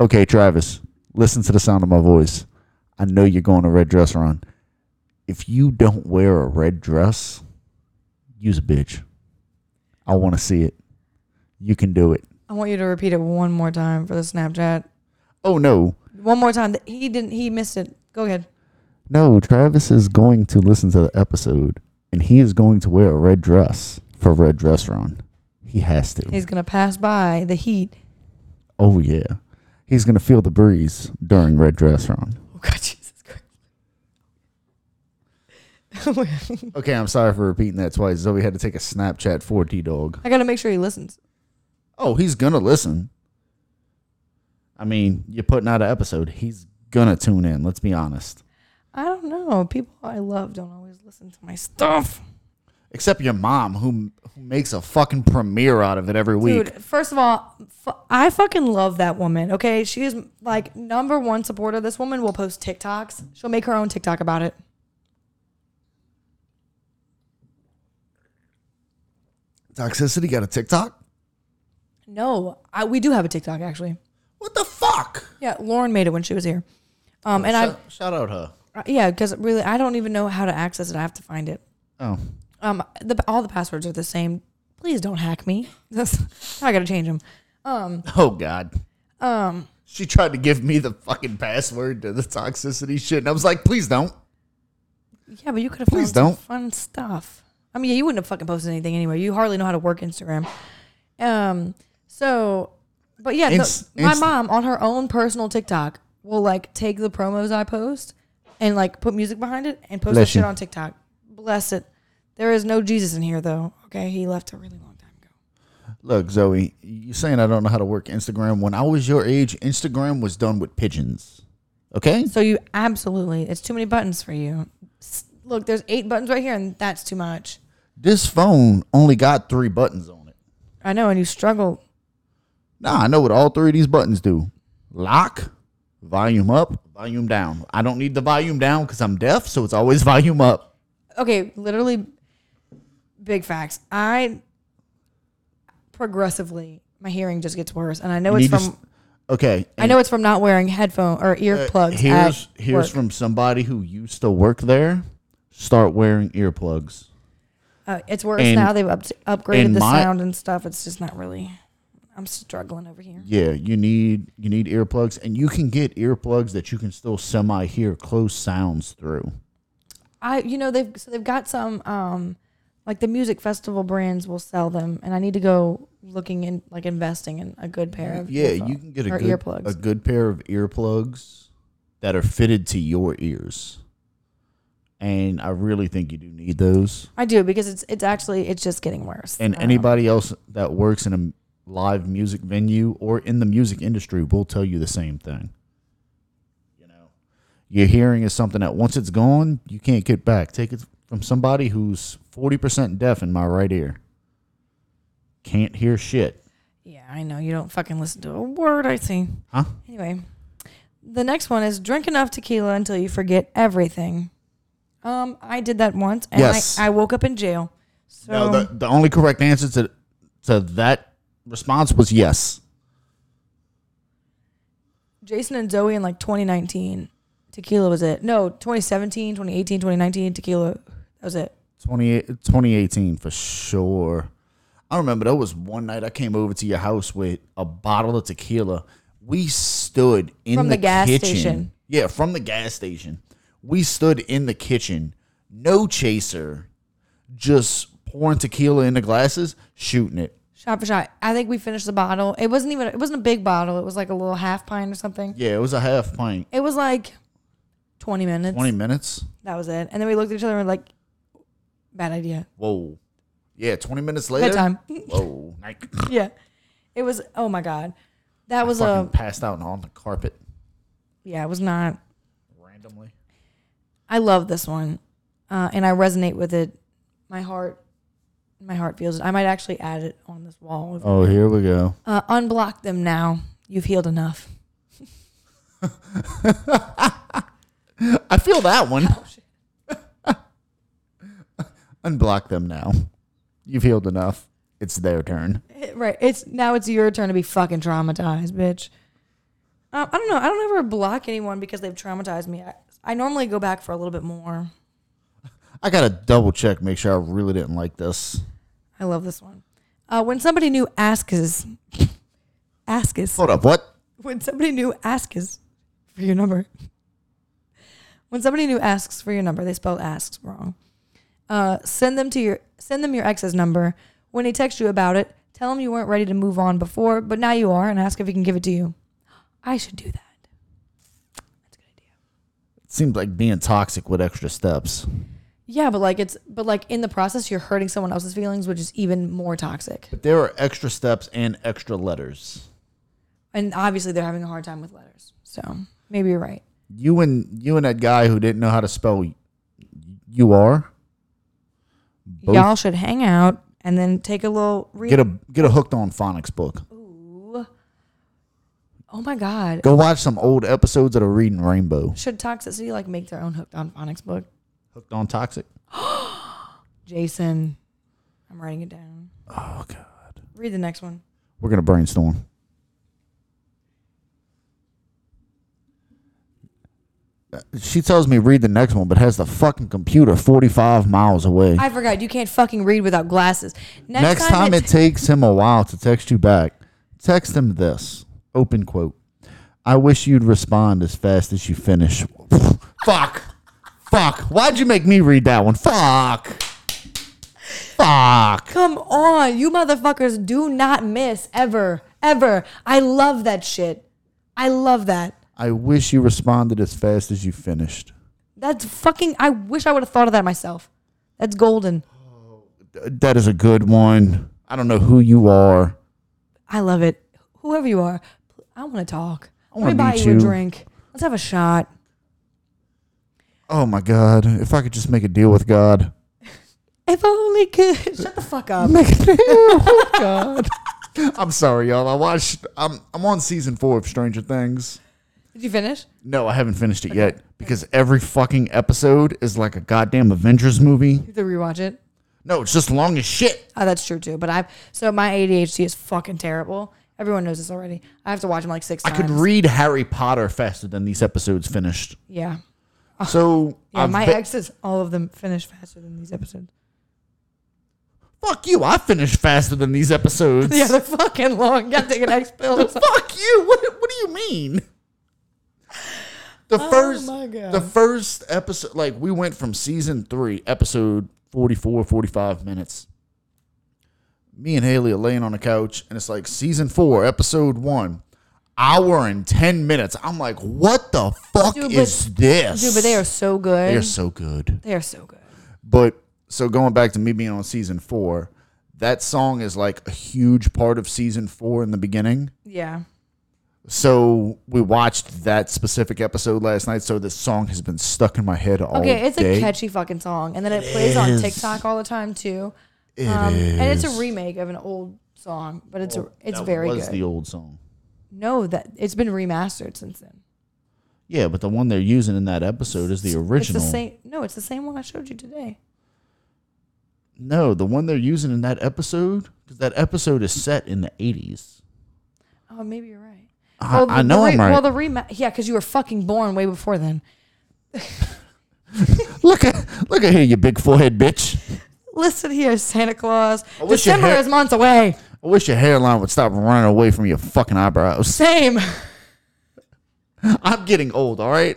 [SPEAKER 2] Okay, Travis, listen to the sound of my voice. I know you're going to red dress run. If you don't wear a red dress, use a bitch. I want to see it. You can do it.
[SPEAKER 1] I want you to repeat it one more time for the Snapchat.
[SPEAKER 2] Oh no.
[SPEAKER 1] One more time. He didn't. He missed it. Go ahead.
[SPEAKER 2] No, Travis is going to listen to the episode and he is going to wear a red dress for red dress run. He has to.
[SPEAKER 1] He's gonna pass by the heat.
[SPEAKER 2] oh yeah. He's going to feel the breeze during red dress run.
[SPEAKER 1] Oh God, Jesus Christ!
[SPEAKER 2] Okay, I'm sorry for repeating that twice. Zoe had to take a Snapchat for T Dog.
[SPEAKER 1] I gotta make sure he listens.
[SPEAKER 2] Oh, he's gonna listen. I mean, you're putting out an episode. He's gonna tune in. Let's be honest.
[SPEAKER 1] I don't know. People I love don't always listen to my stuff.
[SPEAKER 2] Except your mom, who, who makes a fucking premiere out of it every week.
[SPEAKER 1] Dude, first of all, f- I fucking love that woman. Okay, she is like number one supporter. This woman will post TikToks. She'll make her own TikTok about it.
[SPEAKER 2] Toxicity got a TikTok.
[SPEAKER 1] No, I, we do have a TikTok actually.
[SPEAKER 2] What the fuck?
[SPEAKER 1] Yeah, Lauren made it when she was here. Um, and I,
[SPEAKER 2] shout, shout out her.
[SPEAKER 1] yeah, because really, I don't even know how to access it. I have to find it.
[SPEAKER 2] Oh,
[SPEAKER 1] Um, the all the passwords are the same. Please don't hack me. That's, I gotta change them.
[SPEAKER 2] oh God.
[SPEAKER 1] Um,
[SPEAKER 2] She tried to give me the fucking password to the toxicity shit, and I was like, please don't.
[SPEAKER 1] yeah, but you could have
[SPEAKER 2] Please
[SPEAKER 1] found some
[SPEAKER 2] don't.
[SPEAKER 1] fun stuff. I mean, yeah, you wouldn't have fucking posted anything anyway. You hardly know how to work Instagram. Um, so, but yeah, the-
[SPEAKER 2] Inst-
[SPEAKER 1] my
[SPEAKER 2] inst-
[SPEAKER 1] mom on her own personal TikTok will like take the promos I post and like put music behind it and post that
[SPEAKER 2] Bless
[SPEAKER 1] shit
[SPEAKER 2] you.
[SPEAKER 1] on TikTok. Bless it. There is no Jesus in here though. Okay, he left a really long time ago.
[SPEAKER 2] Look, Zoe, you saying I don't know how to work Instagram? When I was your age, Instagram was done with pigeons. Okay.
[SPEAKER 1] So you absolutely, it's too many buttons for you. S- Look, there's eight buttons right here, and that's too much.
[SPEAKER 2] This phone only got three buttons on it.
[SPEAKER 1] I know, and you struggle.
[SPEAKER 2] Nah, I know what all three of these buttons do lock, volume up, volume down. I don't need the volume down because I'm deaf, so it's always volume up.
[SPEAKER 1] Okay, literally, big facts. I progressively, my hearing just gets worse, and I know it's
[SPEAKER 2] You
[SPEAKER 1] from.
[SPEAKER 2] just- okay.
[SPEAKER 1] I know it's from not wearing headphone or earplugs.
[SPEAKER 2] Uh, Here's,
[SPEAKER 1] at
[SPEAKER 2] here's
[SPEAKER 1] work.
[SPEAKER 2] from somebody who used to work there start wearing earplugs.
[SPEAKER 1] Uh, it's worse
[SPEAKER 2] and-
[SPEAKER 1] now. They've up, upgraded
[SPEAKER 2] and
[SPEAKER 1] the
[SPEAKER 2] my-
[SPEAKER 1] sound and stuff. It's just not really. I'm struggling over here.
[SPEAKER 2] Yeah, you need you need earplugs, and you can get earplugs that you can still semi hear close sounds through.
[SPEAKER 1] I you know they've so they've got some um like the music festival brands will sell them and I need to go looking in like investing in a good pair of
[SPEAKER 2] Yeah,
[SPEAKER 1] earphones
[SPEAKER 2] you can get a
[SPEAKER 1] or
[SPEAKER 2] good,
[SPEAKER 1] earplugs.
[SPEAKER 2] a good pair of earplugs that are fitted to your ears. And I really think you do need those.
[SPEAKER 1] I do because it's it's actually it's just getting worse.
[SPEAKER 2] And
[SPEAKER 1] Um,
[SPEAKER 2] anybody else that works in a live music venue or in the music industry will tell you the same thing. You know, your hearing is something that once it's gone, you can't get back. Take it from somebody who's 40% deaf in my right ear. Can't hear shit.
[SPEAKER 1] yeah, I know you don't fucking listen to a word I see.
[SPEAKER 2] Huh?
[SPEAKER 1] Anyway, the next one is drink enough tequila until you forget everything. Um, I did that once and
[SPEAKER 2] Yes.
[SPEAKER 1] I, I woke up in jail. So
[SPEAKER 2] No, the, the only correct answer to to that response was yes.
[SPEAKER 1] Jason and Zoe in like 2019. Tequila was it? No, 2017, 2018, 2019. Tequila. That was it.
[SPEAKER 2] 28 2018 for sure. I remember there was one night I came over to your house with a bottle of tequila. We stood in
[SPEAKER 1] From the gas
[SPEAKER 2] kitchen.
[SPEAKER 1] station.
[SPEAKER 2] Yeah, from the gas station. We stood in the kitchen, no chaser, just pouring tequila into glasses, shooting it.
[SPEAKER 1] Shot for shot. I think we finished the bottle. It wasn't even. It wasn't a big bottle. It was like a little half pint or something.
[SPEAKER 2] Yeah, it was a half pint.
[SPEAKER 1] It was like 20 minutes.
[SPEAKER 2] 20 minutes.
[SPEAKER 1] That was it. And then we looked at each other and were like, bad idea.
[SPEAKER 2] Whoa. Yeah, 20 minutes later.
[SPEAKER 1] Bedtime.
[SPEAKER 2] Whoa. I
[SPEAKER 1] yeah. It was. Oh my god. That was uh,
[SPEAKER 2] fucking
[SPEAKER 1] a.
[SPEAKER 2] passed out on the carpet
[SPEAKER 1] Yeah. It was not.
[SPEAKER 2] randomly.
[SPEAKER 1] I love this one, uh, and I resonate with it. My heart, my heart feels it. I might actually add it on this wall.
[SPEAKER 2] Oh, here we go.
[SPEAKER 1] Uh, unblock them now. You've healed enough.
[SPEAKER 2] I feel that one. Unblock them now. You've healed enough. It's their turn.
[SPEAKER 1] Right. It's now. It's your turn to be fucking traumatized, bitch. Uh, I don't know. I don't ever block anyone because they've traumatized me. I, I normally go back for a little bit more.
[SPEAKER 2] I gotta double check, make sure I really didn't like this.
[SPEAKER 1] I love this one. Uh, when somebody new asks, asks.
[SPEAKER 2] Hold up, what?
[SPEAKER 1] when somebody new asks for your number, when somebody new asks for your number, they spell asks wrong. Uh, send them to your send them your ex's number. When he texts you about it, tell him you weren't ready to move on before, but now you are, and ask if he can give it to you. I should do that. That's a good idea.
[SPEAKER 2] It seems like being toxic with extra steps.
[SPEAKER 1] Yeah, but like it's but like in the process, you're hurting someone else's feelings, which is even more toxic.
[SPEAKER 2] But there are extra steps and extra letters.
[SPEAKER 1] And obviously, they're having a hard time with letters. So maybe you're right.
[SPEAKER 2] You and you and that guy who didn't know how to spell y- you are. Both
[SPEAKER 1] Y'all should hang out and then take a little read.
[SPEAKER 2] get a get a hooked on phonics book.
[SPEAKER 1] oh my god.
[SPEAKER 2] Go watch some old episodes of the Reading Rainbow.
[SPEAKER 1] Should Toxicity like make their own hooked on phonics book?
[SPEAKER 2] Hooked on toxic.
[SPEAKER 1] Jason, I'm writing it down.
[SPEAKER 2] Oh god.
[SPEAKER 1] Read the next one.
[SPEAKER 2] We're gonna brainstorm. Uh, She tells me read the next one, but has the fucking computer forty five miles away.
[SPEAKER 1] I forgot you can't fucking read without glasses. Next,
[SPEAKER 2] next time, it
[SPEAKER 1] t-
[SPEAKER 2] takes him a while to text you back. Text him this. Open quote. I wish you'd respond as fast as you finish. Fuck. Fuck. Why'd you make me read that one? Fuck. Fuck.
[SPEAKER 1] come on, you motherfuckers do not miss ever, ever. I love that shit. I love that.
[SPEAKER 2] I wish you responded as fast as you finished.
[SPEAKER 1] That's fucking. I wish I would have thought of that myself. That's golden.
[SPEAKER 2] That is a good one. I don't know who you are.
[SPEAKER 1] I love it. Whoever you are, I want to talk. I
[SPEAKER 2] wanna
[SPEAKER 1] Let me buy
[SPEAKER 2] meet
[SPEAKER 1] you a
[SPEAKER 2] you.
[SPEAKER 1] drink. Let's have a shot.
[SPEAKER 2] Oh my God. If I could just make a deal with God.
[SPEAKER 1] If I only could. Shut the fuck up.
[SPEAKER 2] Make a deal with God. I'm sorry, y'all. I watched, I'm, I'm on season four of Stranger Things.
[SPEAKER 1] Did you finish?
[SPEAKER 2] No, I haven't finished it yet because every fucking episode is like a goddamn Avengers movie.
[SPEAKER 1] You have to rewatch it.
[SPEAKER 2] No, it's just long as shit.
[SPEAKER 1] Oh, that's true too. But I've so my ADHD is fucking terrible. Everyone knows this already. I have to watch them like six
[SPEAKER 2] I
[SPEAKER 1] times.
[SPEAKER 2] could read Harry Potter faster than these episodes finished.
[SPEAKER 1] yeah,
[SPEAKER 2] So,
[SPEAKER 1] Oh. yeah.
[SPEAKER 2] I've
[SPEAKER 1] my
[SPEAKER 2] be-
[SPEAKER 1] exes, all of them, finish faster than these episodes.
[SPEAKER 2] fuck you. I finished faster than these episodes.
[SPEAKER 1] Yeah, they're fucking long. Got to take an X pill.
[SPEAKER 2] Fuck you. What, what do you mean? The first
[SPEAKER 1] Oh my God.
[SPEAKER 2] the first episode like we went from season 3 episode 44 45 minutes. Me and Haley are laying on the couch and it's like season 4 episode 1 hour and 10 minutes. I'm like, "What the fuck
[SPEAKER 1] Dude, but-
[SPEAKER 2] is this?"
[SPEAKER 1] Dude, but they are so good.
[SPEAKER 2] They are so good.
[SPEAKER 1] They are so good.
[SPEAKER 2] But so going back to me being on season 4, that song is like a huge part of season 4 in the beginning.
[SPEAKER 1] Yeah.
[SPEAKER 2] So we watched that specific episode last night. So this song has been stuck in my head all
[SPEAKER 1] Okay, it's
[SPEAKER 2] day.
[SPEAKER 1] a catchy fucking song, and then it, plays on
[SPEAKER 2] is.
[SPEAKER 1] TikTok all the time too.
[SPEAKER 2] It
[SPEAKER 1] Um, and it's
[SPEAKER 2] is. Oh,
[SPEAKER 1] a remake of an old song, but it's a, it's
[SPEAKER 2] That
[SPEAKER 1] very
[SPEAKER 2] was
[SPEAKER 1] good.
[SPEAKER 2] the old song.
[SPEAKER 1] no, that it's been remastered since then.
[SPEAKER 2] Yeah, but the one they're using in that episode is the original.
[SPEAKER 1] It's the same. No, it's the same one I showed you today.
[SPEAKER 2] No, the one they're using in that episode because that episode is set in the eighties.
[SPEAKER 1] Oh, maybe you're right.
[SPEAKER 2] I, I know
[SPEAKER 1] the
[SPEAKER 2] I'm right.
[SPEAKER 1] Well, the rematch. Yeah, because you were fucking born way before then.
[SPEAKER 2] look at look at here, you big forehead bitch.
[SPEAKER 1] Listen here, Santa Claus.
[SPEAKER 2] wish your
[SPEAKER 1] December
[SPEAKER 2] hair-
[SPEAKER 1] is months away.
[SPEAKER 2] I wish your hairline would stop running away from your fucking eyebrows.
[SPEAKER 1] Same.
[SPEAKER 2] I'm getting old, all right?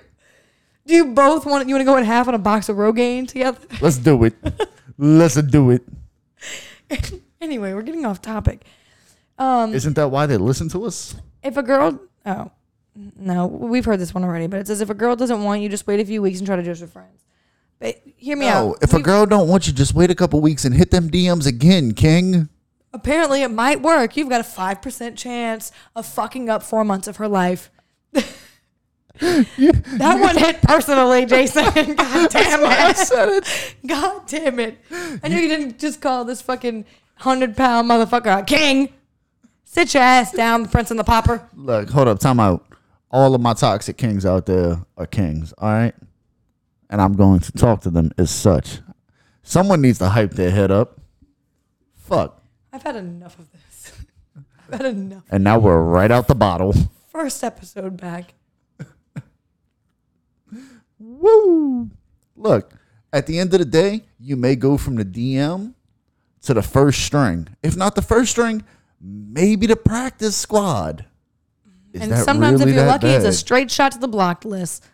[SPEAKER 1] Do you both want? You want to go in half on a box of Rogaine together?
[SPEAKER 2] Let's do it. Let's do it.
[SPEAKER 1] anyway, we're getting off topic. Um,
[SPEAKER 2] Isn't that why they listen to us?
[SPEAKER 1] if a girl oh no we've heard this one already but it says if a girl doesn't want you just wait a few weeks and try to just your friends but hear me
[SPEAKER 2] No,
[SPEAKER 1] out
[SPEAKER 2] if a
[SPEAKER 1] We-
[SPEAKER 2] girl don't want you, just wait a couple weeks and hit them DMs again, King.
[SPEAKER 1] apparently it might work you've got a 5% chance of fucking up four months of her life that one hit personally jason god damn it god damn it i knew you didn't just call this fucking 100 pound motherfucker a king sit your ass down prince and the popper
[SPEAKER 2] Look, hold up, time out. All of my toxic kings out there are kings, all right? And I'm going to talk to them as such. Someone needs to hype their head up. Fuck.
[SPEAKER 1] i've had enough of this i've had enough
[SPEAKER 2] And now we're right out the bottle.
[SPEAKER 1] first episode back.
[SPEAKER 2] Woo! Look, at the end of the day, you may go from the DM to the first string. If not the first string, maybe the practice squad. Is
[SPEAKER 1] And
[SPEAKER 2] that
[SPEAKER 1] sometimes
[SPEAKER 2] really
[SPEAKER 1] if you're
[SPEAKER 2] that
[SPEAKER 1] lucky, it's a
[SPEAKER 2] bad?
[SPEAKER 1] straight shot to the blocked list.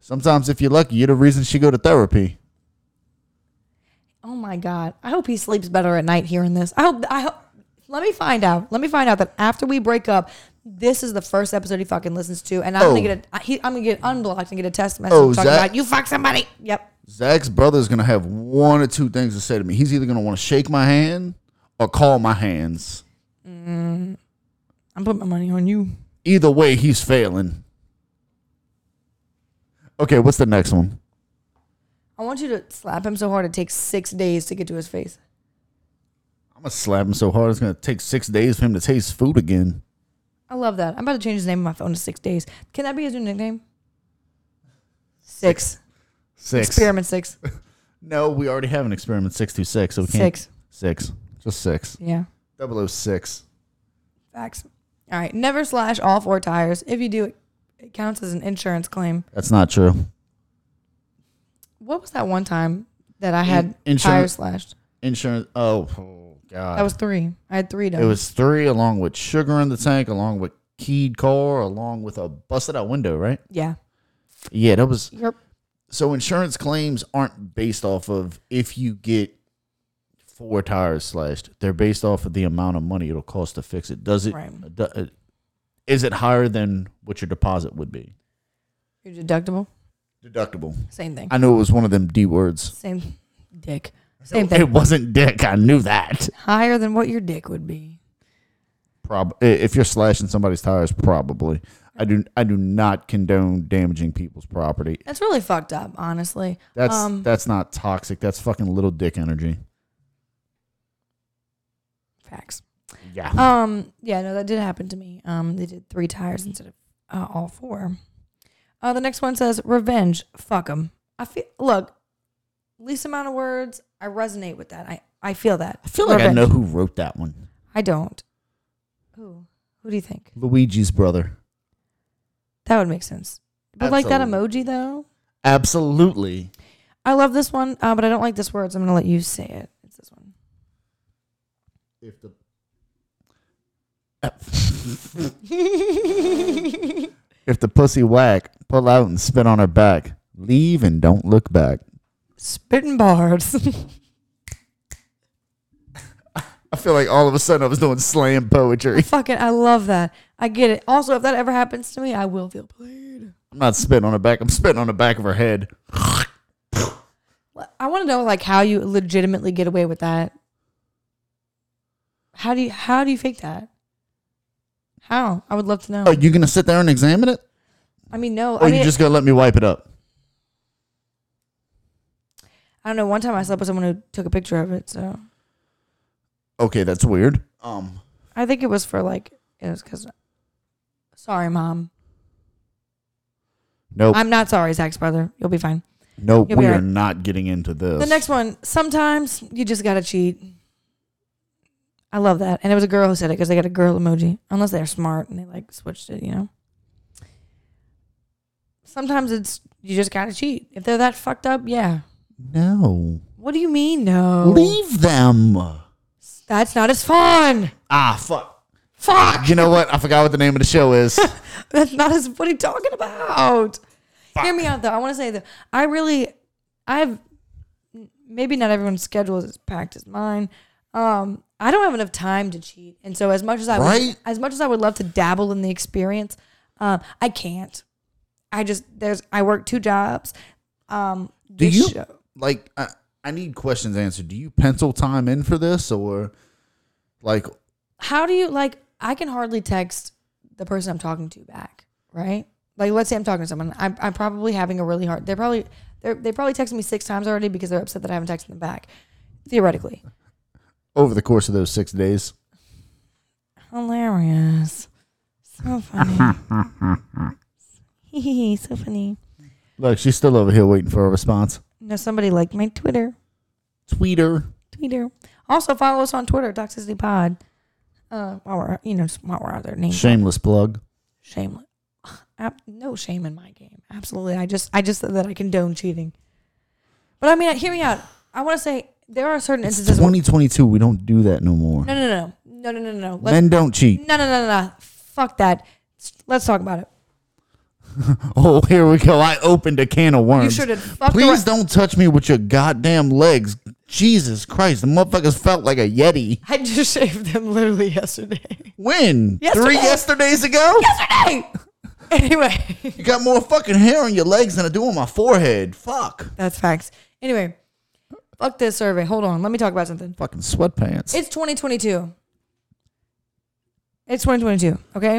[SPEAKER 2] Sometimes if you're lucky, you're the reason she go to therapy.
[SPEAKER 1] Oh my God. I hope he sleeps better at night hearing this. I hope, I hope, let me find out. Let me find out that after we break up, this is the first episode he fucking listens to. And I'm
[SPEAKER 2] Oh.
[SPEAKER 1] going to get a, he, I'm going to get unblocked and get a text message
[SPEAKER 2] Oh,
[SPEAKER 1] talking
[SPEAKER 2] Zach-
[SPEAKER 1] about you fuck somebody. Yep.
[SPEAKER 2] Zach's brother's gonna have one or two things to say to me. He's either gonna want to shake my hand or call my hands.
[SPEAKER 1] I'm putting my money on you.
[SPEAKER 2] Either way, he's failing. Okay, what's the next one?
[SPEAKER 1] I want you to slap him so hard it takes six days to get to his face.
[SPEAKER 2] I'm gonna slap him so hard it's gonna take six days for him to taste food again.
[SPEAKER 1] I love that. I'm about to change his name on my phone to six days. Can that be his new nickname? Six.
[SPEAKER 2] Six.
[SPEAKER 1] Experiment six.
[SPEAKER 2] No, we already have an experiment six two six, so we can't
[SPEAKER 1] Six.
[SPEAKER 2] Six. Just six.
[SPEAKER 1] Yeah.
[SPEAKER 2] Double oh six.
[SPEAKER 1] Facts. All right. Never slash all four tires. If you do, it, it counts as an insurance claim.
[SPEAKER 2] That's not true.
[SPEAKER 1] What was that one time that I had
[SPEAKER 2] insurance-
[SPEAKER 1] tires slashed?
[SPEAKER 2] Insurance oh, oh god.
[SPEAKER 1] That was three. I had three done.
[SPEAKER 2] It was three, along with sugar in the tank, along with keyed car, along with a busted out window, right?
[SPEAKER 1] yeah.
[SPEAKER 2] Yeah, that was.
[SPEAKER 1] Yep.
[SPEAKER 2] So insurance claims aren't based off of if you get four tires slashed. They're based off of the amount of money it'll cost to fix it. Does it?
[SPEAKER 1] Right.
[SPEAKER 2] do- uh, Is it higher than what your deposit would be?
[SPEAKER 1] Your deductible.
[SPEAKER 2] Deductible.
[SPEAKER 1] Same thing.
[SPEAKER 2] I knew it was one of them D words.
[SPEAKER 1] Same dick. Same
[SPEAKER 2] It
[SPEAKER 1] thing.
[SPEAKER 2] wasn't dick. I knew that.
[SPEAKER 1] Higher than what your dick would be.
[SPEAKER 2] Prob- i- if you're slashing somebody's tires, probably. I do. I do not condone damaging people's property.
[SPEAKER 1] That's really fucked up, honestly.
[SPEAKER 2] That's
[SPEAKER 1] um,
[SPEAKER 2] that's not toxic. That's fucking little dick energy.
[SPEAKER 1] facts.
[SPEAKER 2] Yeah.
[SPEAKER 1] Um, yeah, no, that did happen to me. Um, they did three tires instead of uh, all four. Uh, the next one says revenge. Fuck them. I feel. Look, least amount of words. I resonate with that. I I feel that.
[SPEAKER 2] I feel like I know who wrote that one.
[SPEAKER 1] I don't. Who? Who do you think?
[SPEAKER 2] Luigi's brother.
[SPEAKER 1] That would make sense. But like that emoji though.
[SPEAKER 2] Absolutely.
[SPEAKER 1] I love this one, uh, but I don't like this word, so I'm gonna let you say it. It's this one.
[SPEAKER 2] If the if the pussy whack, pull out and spit on her back. Leave and don't look back.
[SPEAKER 1] Spitting bars.
[SPEAKER 2] I feel like all of a sudden I was doing slam poetry.
[SPEAKER 1] Fucking, I love that. I get it. Also, if that ever happens to me, I will feel played.
[SPEAKER 2] I'm not spitting on her back. I'm spitting on the back of her head.
[SPEAKER 1] Well, I want to know like how you legitimately get away with that. How do you how do you fake that? How? I would love to know.
[SPEAKER 2] Are you gonna sit there and examine it,
[SPEAKER 1] I mean, no.
[SPEAKER 2] or
[SPEAKER 1] Oh. I mean,
[SPEAKER 2] Oh, you just gonna let me wipe it up?
[SPEAKER 1] I don't know. One time I slept with someone who took a picture of it, so
[SPEAKER 2] Okay, that's weird. Um,
[SPEAKER 1] I think it was for like it was because. Sorry, mom.
[SPEAKER 2] nope,
[SPEAKER 1] I'm not sorry, Zach's brother. You'll be fine.
[SPEAKER 2] nope.
[SPEAKER 1] You'll be
[SPEAKER 2] We are
[SPEAKER 1] right.
[SPEAKER 2] not getting into this.
[SPEAKER 1] The next one. Sometimes you just gotta cheat. I love that. And it was a girl who said it because they got a girl emoji, unless they're smart and they like switched it, you know? Sometimes it's, you just gotta cheat. If they're that fucked up, yeah.
[SPEAKER 2] No.
[SPEAKER 1] What do you mean, no?
[SPEAKER 2] Leave them.
[SPEAKER 1] That's not as fun.
[SPEAKER 2] Ah, fuck.
[SPEAKER 1] Fuck.
[SPEAKER 2] You know what? I forgot what the name of the show is.
[SPEAKER 1] That's not as what are you talking about? Hear me out though. I want to say that I really, I've maybe not everyone's schedule is as packed as mine. Um, I don't have enough time to cheat, and so as much as I would,
[SPEAKER 2] Right?
[SPEAKER 1] as much as I would love to dabble in the experience, um, I can't. I just there's I work two jobs. Um,
[SPEAKER 2] Do
[SPEAKER 1] this
[SPEAKER 2] you
[SPEAKER 1] show-
[SPEAKER 2] like? I, I need questions answered. Do you pencil time in for this, or like?
[SPEAKER 1] how do you like i can hardly text the person i'm talking to back right like let's say i'm talking to someone i'm, I'm probably having a really hard they're probably they're, they probably texted me six times already because they're upset that i haven't texted them back theoretically
[SPEAKER 2] Over the course of those six days,
[SPEAKER 1] hilarious so funny Hee so funny
[SPEAKER 2] look, she's still over here waiting for a response.
[SPEAKER 1] you know somebody liked my twitter
[SPEAKER 2] Tweeter.
[SPEAKER 1] twitter also follow us on twitter toxicity pod uh while we're you know just while we're out there name
[SPEAKER 2] Shameless plug.
[SPEAKER 1] shameless. Ab- no shame in my game. Absolutely. I just I just said that I condone cheating. But I mean, hear me out. I want to say there are certain
[SPEAKER 2] It's
[SPEAKER 1] instances. where-
[SPEAKER 2] 2022. We don't do that no more.
[SPEAKER 1] no, no, no, no, no, no, no, no. Let's,
[SPEAKER 2] Men don't cheat.
[SPEAKER 1] no, no, no, no, no. Fuck that. Let's talk about it.
[SPEAKER 2] Oh, here we go. I opened a can of worms.
[SPEAKER 1] You sure did. Fuck the
[SPEAKER 2] Please
[SPEAKER 1] right-
[SPEAKER 2] don't touch me with your goddamn legs. Jesus Christ, the motherfuckers felt like a yeti.
[SPEAKER 1] I just shaved them literally yesterday.
[SPEAKER 2] When?
[SPEAKER 1] Yesterday.
[SPEAKER 2] Three yesterdays ago?
[SPEAKER 1] Yesterday. Anyway,
[SPEAKER 2] You got more fucking hair on your legs than I do on my forehead. Fuck.
[SPEAKER 1] that's facts. Anyway, fuck this survey. Hold on. Let me talk about something.
[SPEAKER 2] Fucking sweatpants.
[SPEAKER 1] It's 2022. It's 2022. Okay.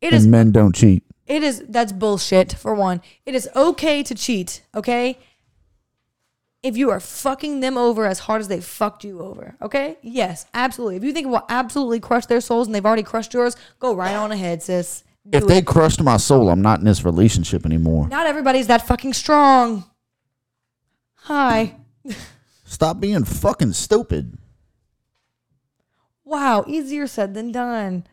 [SPEAKER 1] It
[SPEAKER 2] and
[SPEAKER 1] is
[SPEAKER 2] men don't cheat.
[SPEAKER 1] It is that's bullshit for one. It is okay to cheat, okay? If you are fucking them over as hard as they fucked you over, okay? Yes, absolutely. If you think it will absolutely crush their souls and they've already crushed yours, go right on ahead, sis. Do
[SPEAKER 2] If
[SPEAKER 1] it.
[SPEAKER 2] they crushed my soul, I'm not in this relationship anymore.
[SPEAKER 1] Not everybody's that fucking strong. Hi.
[SPEAKER 2] Stop being fucking stupid.
[SPEAKER 1] Wow, easier said than done.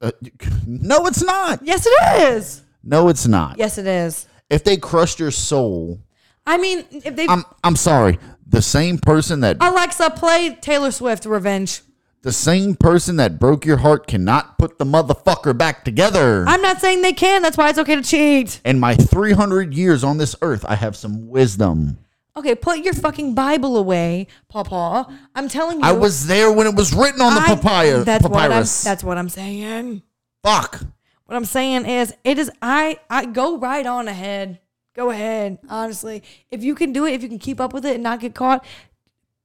[SPEAKER 2] Uh, no, it's not.
[SPEAKER 1] Yes, it is.
[SPEAKER 2] No, it's not.
[SPEAKER 1] Yes, it is.
[SPEAKER 2] If they crushed your soul,
[SPEAKER 1] I mean, if they
[SPEAKER 2] I'm I'm sorry. The same person that
[SPEAKER 1] Alexa play Taylor Swift Revenge.
[SPEAKER 2] the same person that broke your heart cannot put the motherfucker back together.
[SPEAKER 1] I'm not saying they can. That's why it's okay to cheat.
[SPEAKER 2] in my 300 years on this earth, I have some wisdom.
[SPEAKER 1] Okay, put your fucking Bible away, Papa. I'm telling you.
[SPEAKER 2] I was there when it was written on the
[SPEAKER 1] I-
[SPEAKER 2] papaya,
[SPEAKER 1] That's
[SPEAKER 2] papyrus.
[SPEAKER 1] What I'm, that's what I'm saying.
[SPEAKER 2] Fuck.
[SPEAKER 1] What I'm saying is, it is. I I go right on ahead. Go ahead. Honestly, if you can do it, if you can keep up with it and not get caught,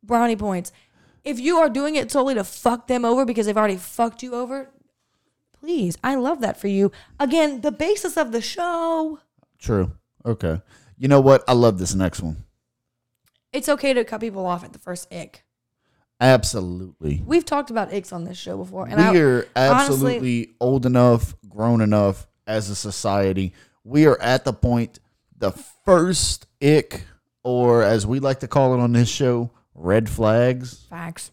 [SPEAKER 1] brownie points. If you are doing it solely to fuck them over because they've already fucked you over, please, I love that for you. Again, the basis of the show.
[SPEAKER 2] True. Okay. You know what? I love this next one.
[SPEAKER 1] It's okay to cut people off at the first ick.
[SPEAKER 2] Absolutely.
[SPEAKER 1] We've talked about icks on this show before, and
[SPEAKER 2] we
[SPEAKER 1] I,
[SPEAKER 2] are absolutely old enough, grown enough as a society. We are at the point, the first ick, or as we like to call it on this show, red flags.
[SPEAKER 1] facts.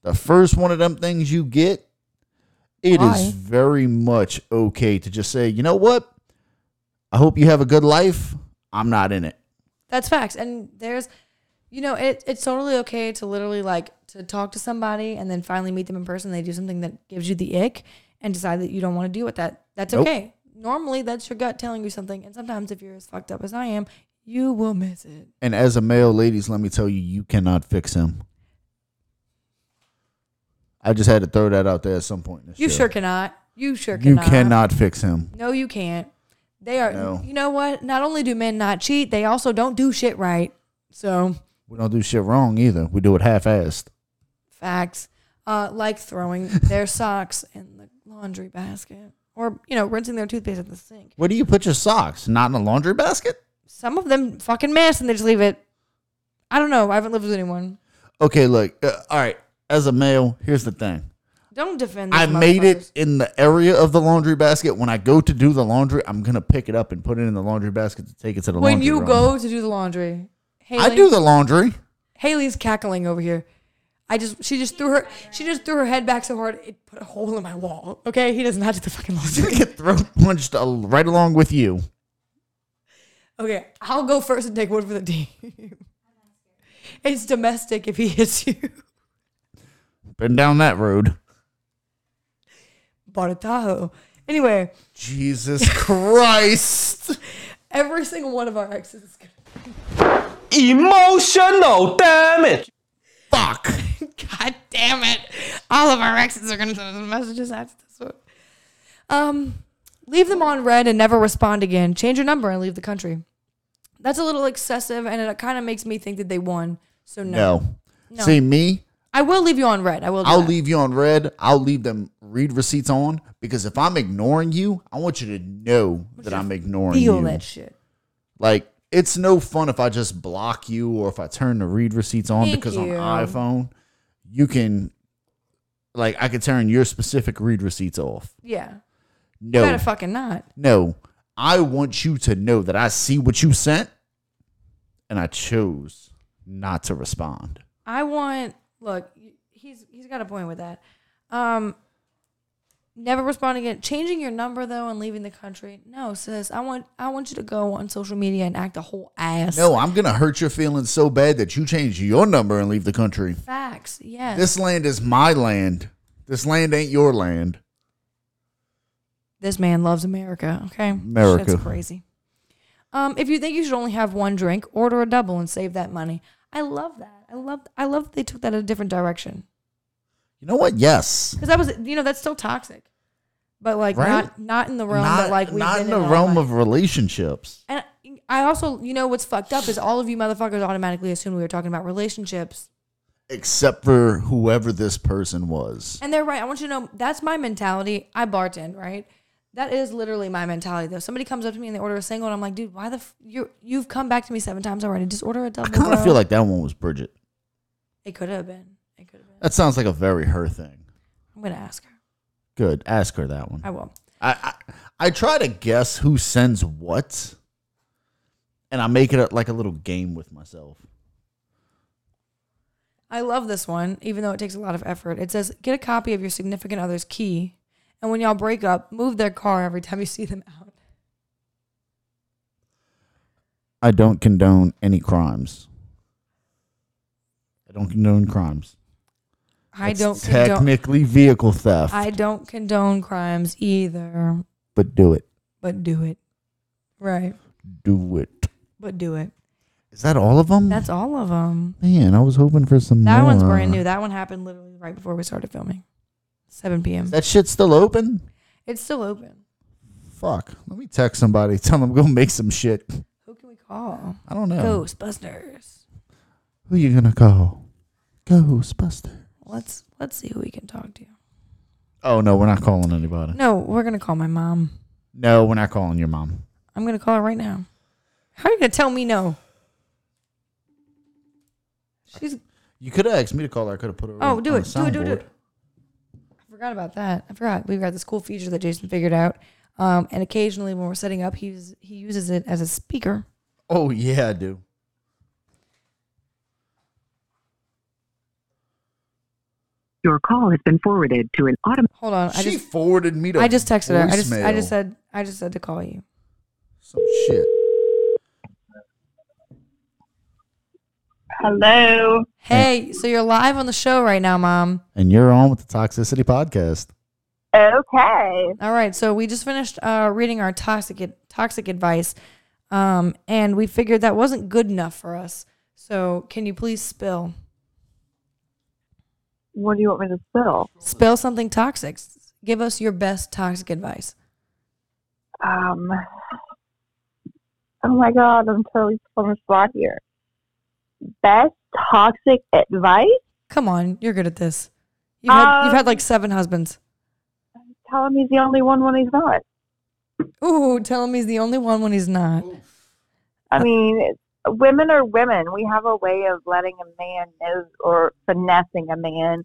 [SPEAKER 2] the first one of them things you get, it is
[SPEAKER 1] Why?
[SPEAKER 2] very much okay to just say, you know what? I hope you have a good life. I'm not in it.
[SPEAKER 1] That's facts. And there's, you know, it, it's totally okay to literally like to talk to somebody and then finally meet them in person. They do something that gives you the ick and decide that you don't want to deal with that. That's
[SPEAKER 2] Nope.
[SPEAKER 1] okay. Normally, that's your gut telling you something. And sometimes, if you're as fucked up as I am, you will miss it.
[SPEAKER 2] And as a male, ladies, let me tell you, you cannot fix him. I just had to throw that out there at some point. in this
[SPEAKER 1] You
[SPEAKER 2] show.
[SPEAKER 1] sure cannot. You sure
[SPEAKER 2] You
[SPEAKER 1] cannot.
[SPEAKER 2] cannot fix him.
[SPEAKER 1] No, you can't. They are,
[SPEAKER 2] No.
[SPEAKER 1] you know what? Not only do men not cheat, they also don't do shit right. So,
[SPEAKER 2] We don't do shit wrong either. We do it half-assed.
[SPEAKER 1] Facts. Uh, like throwing their socks in the laundry basket or, you know, rinsing their toothpaste at the sink.
[SPEAKER 2] Where do you put your socks? Not in a laundry basket?
[SPEAKER 1] Some of them fucking miss and they just leave it. I don't know. I haven't lived with anyone.
[SPEAKER 2] Okay, look. Uh, all right. As a male, here's the thing.
[SPEAKER 1] Don't defend these
[SPEAKER 2] I made it
[SPEAKER 1] motherfuckers.
[SPEAKER 2] in the area of the laundry basket. When I go to do the laundry, I'm gonna pick it up and put it in the laundry basket to take it to the
[SPEAKER 1] When
[SPEAKER 2] laundry.
[SPEAKER 1] you
[SPEAKER 2] room.
[SPEAKER 1] go to do the laundry, Haley,
[SPEAKER 2] I do the laundry.
[SPEAKER 1] Haley's cackling over here. I just she just threw her she just threw her head back so hard it put a hole in my wall. Okay, he does not do the fucking laundry.
[SPEAKER 2] Get throat punched uh, right along with you.
[SPEAKER 1] Okay, I'll go first and take one for the team. it's domestic if he hits you.
[SPEAKER 2] Been down that road.
[SPEAKER 1] Bought a Tahoe. Anyway,
[SPEAKER 2] Jesus Christ.
[SPEAKER 1] every single one of our exes is gonna
[SPEAKER 3] Emotional damage.
[SPEAKER 2] Fuck.
[SPEAKER 1] God damn it. All of our exes are going to send us messages after this one. Um, leave them on red and never respond again. Change your number and leave the country. That's a little excessive, and it kind of makes me think that they won. So no.
[SPEAKER 2] No. See me?
[SPEAKER 1] I will leave you on red. I will. do
[SPEAKER 2] I'll
[SPEAKER 1] that.
[SPEAKER 2] leave you on red. I'll leave them read receipts on because if I'm ignoring you, I want you to know that I'm ignoring
[SPEAKER 1] Feel
[SPEAKER 2] you.
[SPEAKER 1] that shit.
[SPEAKER 2] Like it's no fun if I just block you or if I turn the read receipts on
[SPEAKER 1] Thank
[SPEAKER 2] because
[SPEAKER 1] you.
[SPEAKER 2] on iPhone you can like I could turn your specific read receipts off.
[SPEAKER 1] Yeah.
[SPEAKER 2] No.
[SPEAKER 1] Gotta fucking not.
[SPEAKER 2] No, I want you to know that I see what you sent and I chose not to respond.
[SPEAKER 1] I want. Look, he's he's got a point with that. Um, never responding again. Changing your number though and leaving the country. No, sis. I want I want you to go on social media and act a whole ass.
[SPEAKER 2] No, I'm going to hurt your feelings so bad that you change your number and leave the country.
[SPEAKER 1] facts. Yes. This,
[SPEAKER 2] This land is my land. This land ain't your land.
[SPEAKER 1] man loves America. Okay.
[SPEAKER 2] America.
[SPEAKER 1] That's crazy. Um, if you think you should only have one drink, order a double and save that money. I love that. I love. I love that they took that a different direction
[SPEAKER 2] You know what? Yes.
[SPEAKER 1] because that was you know that's still toxic, but like
[SPEAKER 2] Right?
[SPEAKER 1] not not in the realm that like we've
[SPEAKER 2] not
[SPEAKER 1] been
[SPEAKER 2] in the
[SPEAKER 1] all
[SPEAKER 2] realm
[SPEAKER 1] my-
[SPEAKER 2] of relationships.
[SPEAKER 1] And I also, you know, what's fucked up is all of you motherfuckers automatically assume we were talking about relationships.
[SPEAKER 2] Except for whoever this person was.
[SPEAKER 1] And they're right. I want you to know that's my mentality. I bartend, right? That is literally my mentality, though. Somebody comes up to me and they order a single, and I'm like, dude, why the f- you you've come back to me seven times already? Just order a
[SPEAKER 2] I
[SPEAKER 1] double.
[SPEAKER 2] kind of
[SPEAKER 1] bro."
[SPEAKER 2] feel like that one was Bridget.
[SPEAKER 1] it could have been. It could have been.
[SPEAKER 2] That sounds like a very her thing.
[SPEAKER 1] I'm gonna ask her.
[SPEAKER 2] Good. Ask her that one.
[SPEAKER 1] I will.
[SPEAKER 2] I, I I try to guess who sends what, and I make it a, like a little game with myself.
[SPEAKER 1] I love this one, even though it takes a lot of effort. It says, get a copy of your significant other's key, and when y'all break up, move their car every time you see them out.
[SPEAKER 2] I don't condone any crimes. I don't condone crimes.
[SPEAKER 1] I
[SPEAKER 2] It's
[SPEAKER 1] don't condone.
[SPEAKER 2] technically vehicle theft,
[SPEAKER 1] I don't condone crimes either.
[SPEAKER 2] but do it.
[SPEAKER 1] but do it. Right.
[SPEAKER 2] Do it.
[SPEAKER 1] But do it.
[SPEAKER 2] Is that all of them?
[SPEAKER 1] That's all of them.
[SPEAKER 2] Man, I was hoping for some.
[SPEAKER 1] That one's
[SPEAKER 2] more.
[SPEAKER 1] brand new. That one happened literally right before we started filming. 7 p.m.
[SPEAKER 2] Is that shit still open?
[SPEAKER 1] It's still open.
[SPEAKER 2] Fuck. Let me text somebody. Tell them go make some shit.
[SPEAKER 1] Who can we call?
[SPEAKER 2] I don't know.
[SPEAKER 1] Ghostbusters.
[SPEAKER 2] Who you gonna call? Ghostbuster.
[SPEAKER 1] Let's let's see who we can talk to.
[SPEAKER 2] Oh no, we're not calling anybody.
[SPEAKER 1] No, we're gonna call my mom.
[SPEAKER 2] No, we're not calling your mom.
[SPEAKER 1] I'm gonna call her right now. How are you gonna tell me no? She's
[SPEAKER 2] You could have asked me to call her. I could have put her.
[SPEAKER 1] Oh,
[SPEAKER 2] on-
[SPEAKER 1] do
[SPEAKER 2] on
[SPEAKER 1] it.
[SPEAKER 2] a
[SPEAKER 1] Do it, do it, do
[SPEAKER 2] soundboard.
[SPEAKER 1] it. I forgot about that. I forgot. We've got this cool feature that Jason figured out. Um, and occasionally when we're setting up, he's he uses it as a speaker.
[SPEAKER 2] Oh yeah, I do.
[SPEAKER 5] Your call has been forwarded to an automatic.
[SPEAKER 1] Hold on. I
[SPEAKER 2] she
[SPEAKER 1] just
[SPEAKER 2] forwarded me to.
[SPEAKER 1] I just texted her. I just I
[SPEAKER 2] voicemail.
[SPEAKER 1] just said I just said to call you.
[SPEAKER 2] some shit.
[SPEAKER 6] Hello.
[SPEAKER 1] Hey, so you're live on the show right now, mom.
[SPEAKER 2] And you're on with the Toxicity Podcast.
[SPEAKER 6] Okay.
[SPEAKER 1] All right. So we just finished uh, reading our toxic ad- toxic advice, um, and we figured that wasn't good enough for us. So can you please spill
[SPEAKER 6] What do you want me to spill?
[SPEAKER 1] spill something toxic? Give us your best toxic advice.
[SPEAKER 6] Um. Oh my god, I'm totally on the spot here. Best toxic advice?
[SPEAKER 1] Come on, you're good at this. You've had, you've
[SPEAKER 6] Um,
[SPEAKER 1] had like seven husbands.
[SPEAKER 6] Tell him he's the only one when he's not.
[SPEAKER 1] Ooh, tell him he's the only one when he's not.
[SPEAKER 6] I mean, it's, women are women. We have a way of letting a man know or finessing a man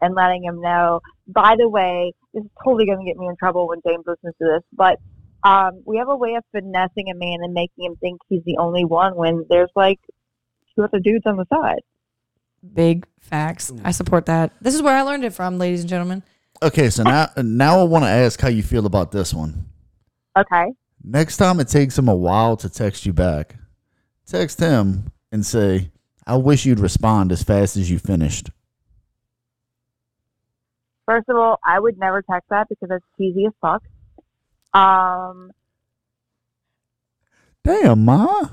[SPEAKER 6] and letting him know. By the way, this is totally going to get me in trouble when James listens to this, but um, we have a way of finessing a man and making him think he's the only one when there's like two other dudes on the side.
[SPEAKER 1] Big facts. I support that. This is where I learned it from, ladies and gentlemen.
[SPEAKER 2] Okay, so now now I want to ask how you feel about this one.
[SPEAKER 6] Okay.
[SPEAKER 2] Next time it takes him a while to text you back, text him and say, "I wish you'd respond as fast as you finished."
[SPEAKER 6] First of all, I would never text that because that's cheesy as fuck. Um,
[SPEAKER 2] Damn, ma.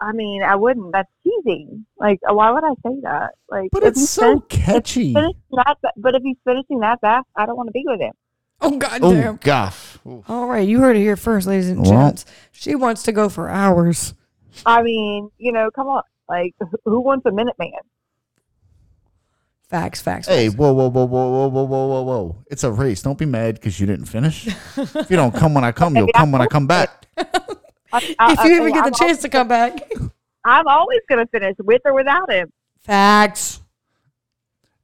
[SPEAKER 6] I mean, I wouldn't. That's cheesy. Like, why would I say that? Like,
[SPEAKER 2] But
[SPEAKER 6] if
[SPEAKER 2] it's
[SPEAKER 6] he's
[SPEAKER 2] so
[SPEAKER 6] fin-
[SPEAKER 2] catchy.
[SPEAKER 6] finishing that, fa- but if he's finishing that fast, I don't want to be with him.
[SPEAKER 1] Oh God
[SPEAKER 2] Oh,
[SPEAKER 1] damn!
[SPEAKER 2] gosh.
[SPEAKER 1] All right, you heard it here first, ladies and
[SPEAKER 2] Well.
[SPEAKER 1] gents. She wants to go for hours.
[SPEAKER 6] I mean, you know, come on. Like, wh- who wants a minute man?
[SPEAKER 1] Facts, facts.
[SPEAKER 2] Hey,
[SPEAKER 1] facts.
[SPEAKER 2] whoa, whoa, whoa, whoa, whoa, whoa, whoa, whoa, whoa. It's a race. Don't be mad because you didn't finish. if you don't come when I come, you'll come when I come back.
[SPEAKER 6] I- I-
[SPEAKER 1] if you ever
[SPEAKER 6] okay,
[SPEAKER 1] get
[SPEAKER 6] I'm
[SPEAKER 1] the chance to come back.
[SPEAKER 6] I'm always going to finish with or without him.
[SPEAKER 1] Facts.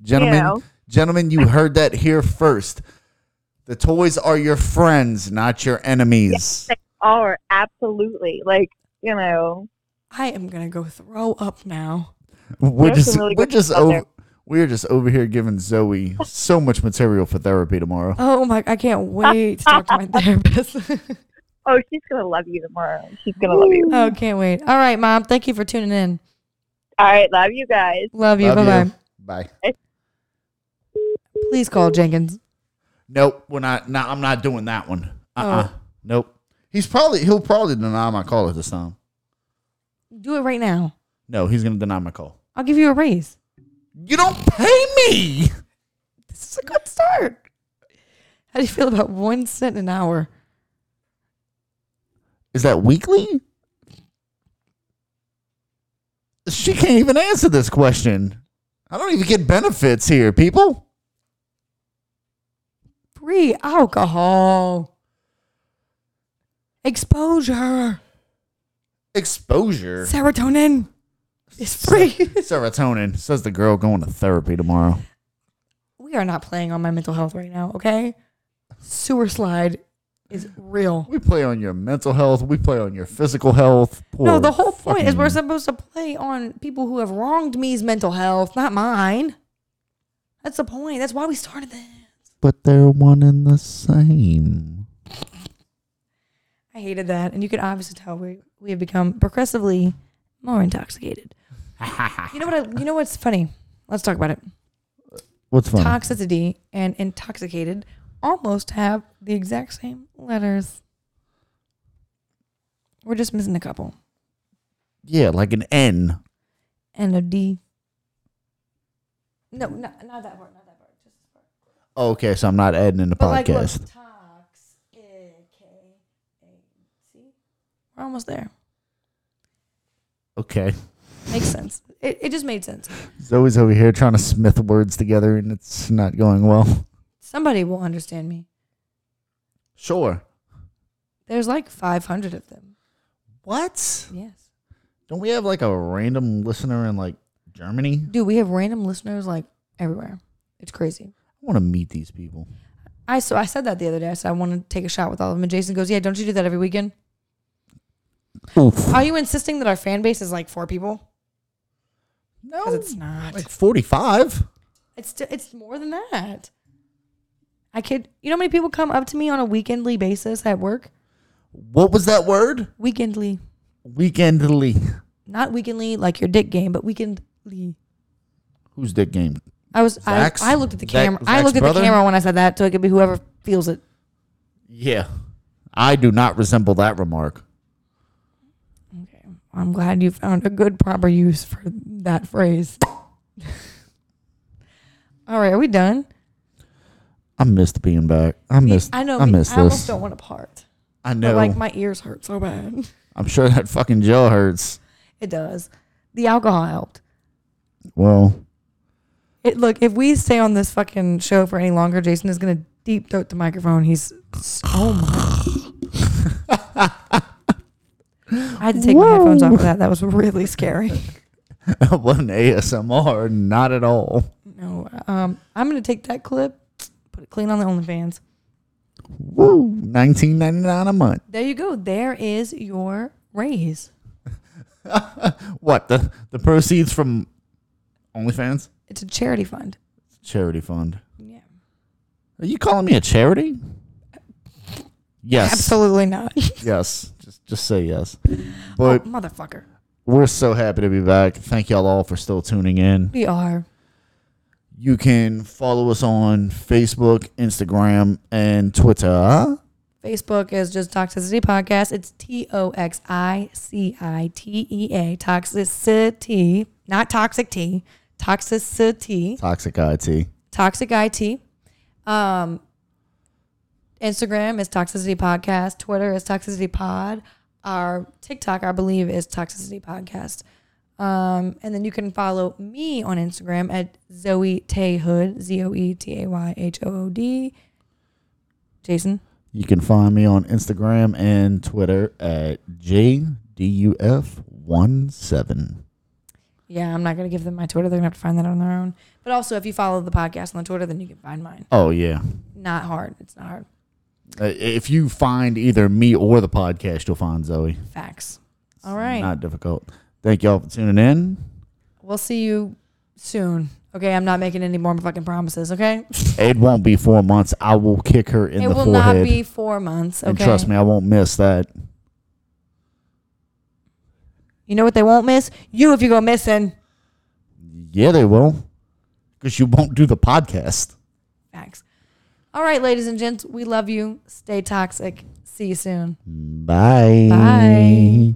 [SPEAKER 2] Gentlemen,
[SPEAKER 6] know.
[SPEAKER 2] gentlemen, you heard that here first. The toys are your friends, not your enemies.
[SPEAKER 6] They are Oh, absolutely like you know.
[SPEAKER 1] I am gonna go throw up now.
[SPEAKER 2] We're
[SPEAKER 6] There's
[SPEAKER 2] just,
[SPEAKER 6] some really
[SPEAKER 2] we're
[SPEAKER 6] good
[SPEAKER 2] just
[SPEAKER 6] stuff
[SPEAKER 2] over,
[SPEAKER 6] there.
[SPEAKER 2] we're just over here giving Zoe so much material for therapy tomorrow.
[SPEAKER 1] Oh my! I can't wait to talk to my therapist.
[SPEAKER 6] Oh, she's gonna love you tomorrow. She's gonna love you.
[SPEAKER 1] oh, can't wait. All right, mom. Thank you for tuning in.
[SPEAKER 6] All right, love you guys.
[SPEAKER 1] Love you.
[SPEAKER 2] Love
[SPEAKER 1] Bye bye.
[SPEAKER 2] you. Bye.
[SPEAKER 1] Please call Jenkins.
[SPEAKER 2] Nope, we're not. Nah, I'm not doing that one. Uh uh
[SPEAKER 1] Oh.
[SPEAKER 2] Nope. He's probably he'll probably deny my call at this time.
[SPEAKER 1] Do it right now.
[SPEAKER 2] No, he's gonna deny my call.
[SPEAKER 1] I'll give you a raise.
[SPEAKER 2] You don't pay me.
[SPEAKER 1] This is a good start. How do you feel about one cent an hour?
[SPEAKER 2] Is that weekly? She can't even answer this question. I don't even get benefits here, people.
[SPEAKER 1] Free alcohol. Exposure.
[SPEAKER 2] Exposure.
[SPEAKER 1] Serotonin. It's free.
[SPEAKER 2] Serotonin says the girl going to therapy tomorrow.
[SPEAKER 1] we are not playing on my mental health right now, okay? Sewer slide is real.
[SPEAKER 2] We play on your mental health. We play on your physical health.
[SPEAKER 1] no,
[SPEAKER 2] Poor
[SPEAKER 1] the whole point is we're
[SPEAKER 2] fucking-
[SPEAKER 1] supposed to play on people who have wronged me's mental health, not mine. That's the point. That's why we started this.
[SPEAKER 2] but they're one and the same.
[SPEAKER 1] I hated that. And you could obviously tell we, we have become progressively more intoxicated. you know what I, you know what's funny? Let's talk about it.
[SPEAKER 2] What's funny?
[SPEAKER 1] Toxicity and intoxicated almost have the exact same letters. We're just missing a couple.
[SPEAKER 2] yeah, like an N.
[SPEAKER 1] And a D. No, not, not that word, not that word. Just this word.
[SPEAKER 2] Oh, okay, so I'm not adding in the
[SPEAKER 1] But like
[SPEAKER 2] podcast.
[SPEAKER 1] look, tox K A C. We're almost there.
[SPEAKER 2] okay.
[SPEAKER 1] Makes sense. It, it just made sense.
[SPEAKER 2] Zoe's over here trying to smith words together and it's not going well.
[SPEAKER 1] Somebody will understand me.
[SPEAKER 2] Sure.
[SPEAKER 1] There's like 500 of them.
[SPEAKER 2] What?
[SPEAKER 1] Yes.
[SPEAKER 2] Don't we have like a random listener in like Germany?
[SPEAKER 1] Dude, we have random listeners like everywhere. It's crazy.
[SPEAKER 2] I want to meet these people.
[SPEAKER 1] I so I said that the other day. I said I want to take a shot with all of them. And Jason goes, "Yeah, don't you do that every weekend? Are you insisting that our fan base is like four people?
[SPEAKER 2] No.
[SPEAKER 1] Because it's not.
[SPEAKER 2] like 45.
[SPEAKER 1] It's sti- it's more than that. I could. You know how many people come up to me on a weekendly basis at work?
[SPEAKER 2] What was that word?
[SPEAKER 1] Weekendly,
[SPEAKER 2] Weekendly.
[SPEAKER 1] not weekendly like your dick game, but weekendly.
[SPEAKER 2] Who's dick game?
[SPEAKER 1] I was I,
[SPEAKER 2] Zach's-
[SPEAKER 1] I looked at the
[SPEAKER 2] Zach-
[SPEAKER 1] camera. I
[SPEAKER 2] Zach's
[SPEAKER 1] looked at
[SPEAKER 2] brother?
[SPEAKER 1] the camera when I said that, so it could be whoever feels it.
[SPEAKER 2] Yeah. I do not resemble that remark.
[SPEAKER 1] I'm glad you found a good proper use for that phrase. All right, are we done?
[SPEAKER 2] I missed being back. I missed.
[SPEAKER 1] I know.
[SPEAKER 2] I
[SPEAKER 1] me-
[SPEAKER 2] missed
[SPEAKER 1] I almost
[SPEAKER 2] this.
[SPEAKER 1] don't want to part.
[SPEAKER 2] I
[SPEAKER 1] But
[SPEAKER 2] know.
[SPEAKER 1] like my ears hurt so bad.
[SPEAKER 2] I'm sure that fucking jaw hurts.
[SPEAKER 1] It does. The alcohol helped.
[SPEAKER 2] Well,
[SPEAKER 1] It look if we stay on this fucking show for any longer, Jason is gonna deep throat the microphone. He's oh so much. I had to take my headphones off of that. That was really scary.
[SPEAKER 2] it wasn't ASMR. Not at all.
[SPEAKER 1] No, um, I'm gonna take that clip, put it clean on the OnlyFans.
[SPEAKER 2] Woo! 19.99 a month.
[SPEAKER 1] There you go. There is your raise.
[SPEAKER 2] What the the proceeds from OnlyFans?
[SPEAKER 1] It's a charity fund.
[SPEAKER 2] Charity fund.
[SPEAKER 1] Yeah.
[SPEAKER 2] Are you calling me a charity? Yes.
[SPEAKER 1] Absolutely not.
[SPEAKER 2] Yes. Just just say yes. But
[SPEAKER 1] Motherfucker.
[SPEAKER 2] we're so happy to be back. Thank y'all all for still tuning in.
[SPEAKER 1] We are.
[SPEAKER 2] You can follow us on Facebook, Instagram, and Twitter.
[SPEAKER 1] Facebook is just Toxicity Podcast. It's T O X I C I T E A. Toxicity, not toxic tea. Toxicity.
[SPEAKER 2] Toxic IT.
[SPEAKER 1] Toxic IT. Um, Instagram is Toxicity Podcast. Twitter is Toxicity Pod. Our TikTok, I believe, is Toxicity Podcast. Um, and then you can follow me on Instagram at Zoe Tay Hood, Z O E T A Y H O O D. Jason.
[SPEAKER 2] You can find me on Instagram and Twitter at JDUF17.
[SPEAKER 1] Yeah, I'm not gonna give them my Twitter. They're gonna have to find that on their own. But also, if you follow the podcast on the Twitter, then you can find mine.
[SPEAKER 2] Oh, yeah.
[SPEAKER 1] Not hard. It's not hard.
[SPEAKER 2] Uh, If you find either me or the podcast, you'll find Zoe.
[SPEAKER 1] Facts. All right.
[SPEAKER 2] Not difficult. Thank y'all for tuning in.
[SPEAKER 1] we'll see you soon. Okay, I'm not making any more fucking promises. Okay.
[SPEAKER 2] It won't be four months. I will kick her
[SPEAKER 1] it
[SPEAKER 2] in the
[SPEAKER 1] will
[SPEAKER 2] forehead.
[SPEAKER 1] not be four months. Okay.
[SPEAKER 2] And trust me, I won't miss that.
[SPEAKER 1] You know what they won't miss? You if you go missing.
[SPEAKER 2] Yeah, they will. Because you won't do the podcast.
[SPEAKER 1] Facts. All right, ladies and gents, we love you. Stay toxic. See you soon.
[SPEAKER 2] Bye.
[SPEAKER 1] Bye.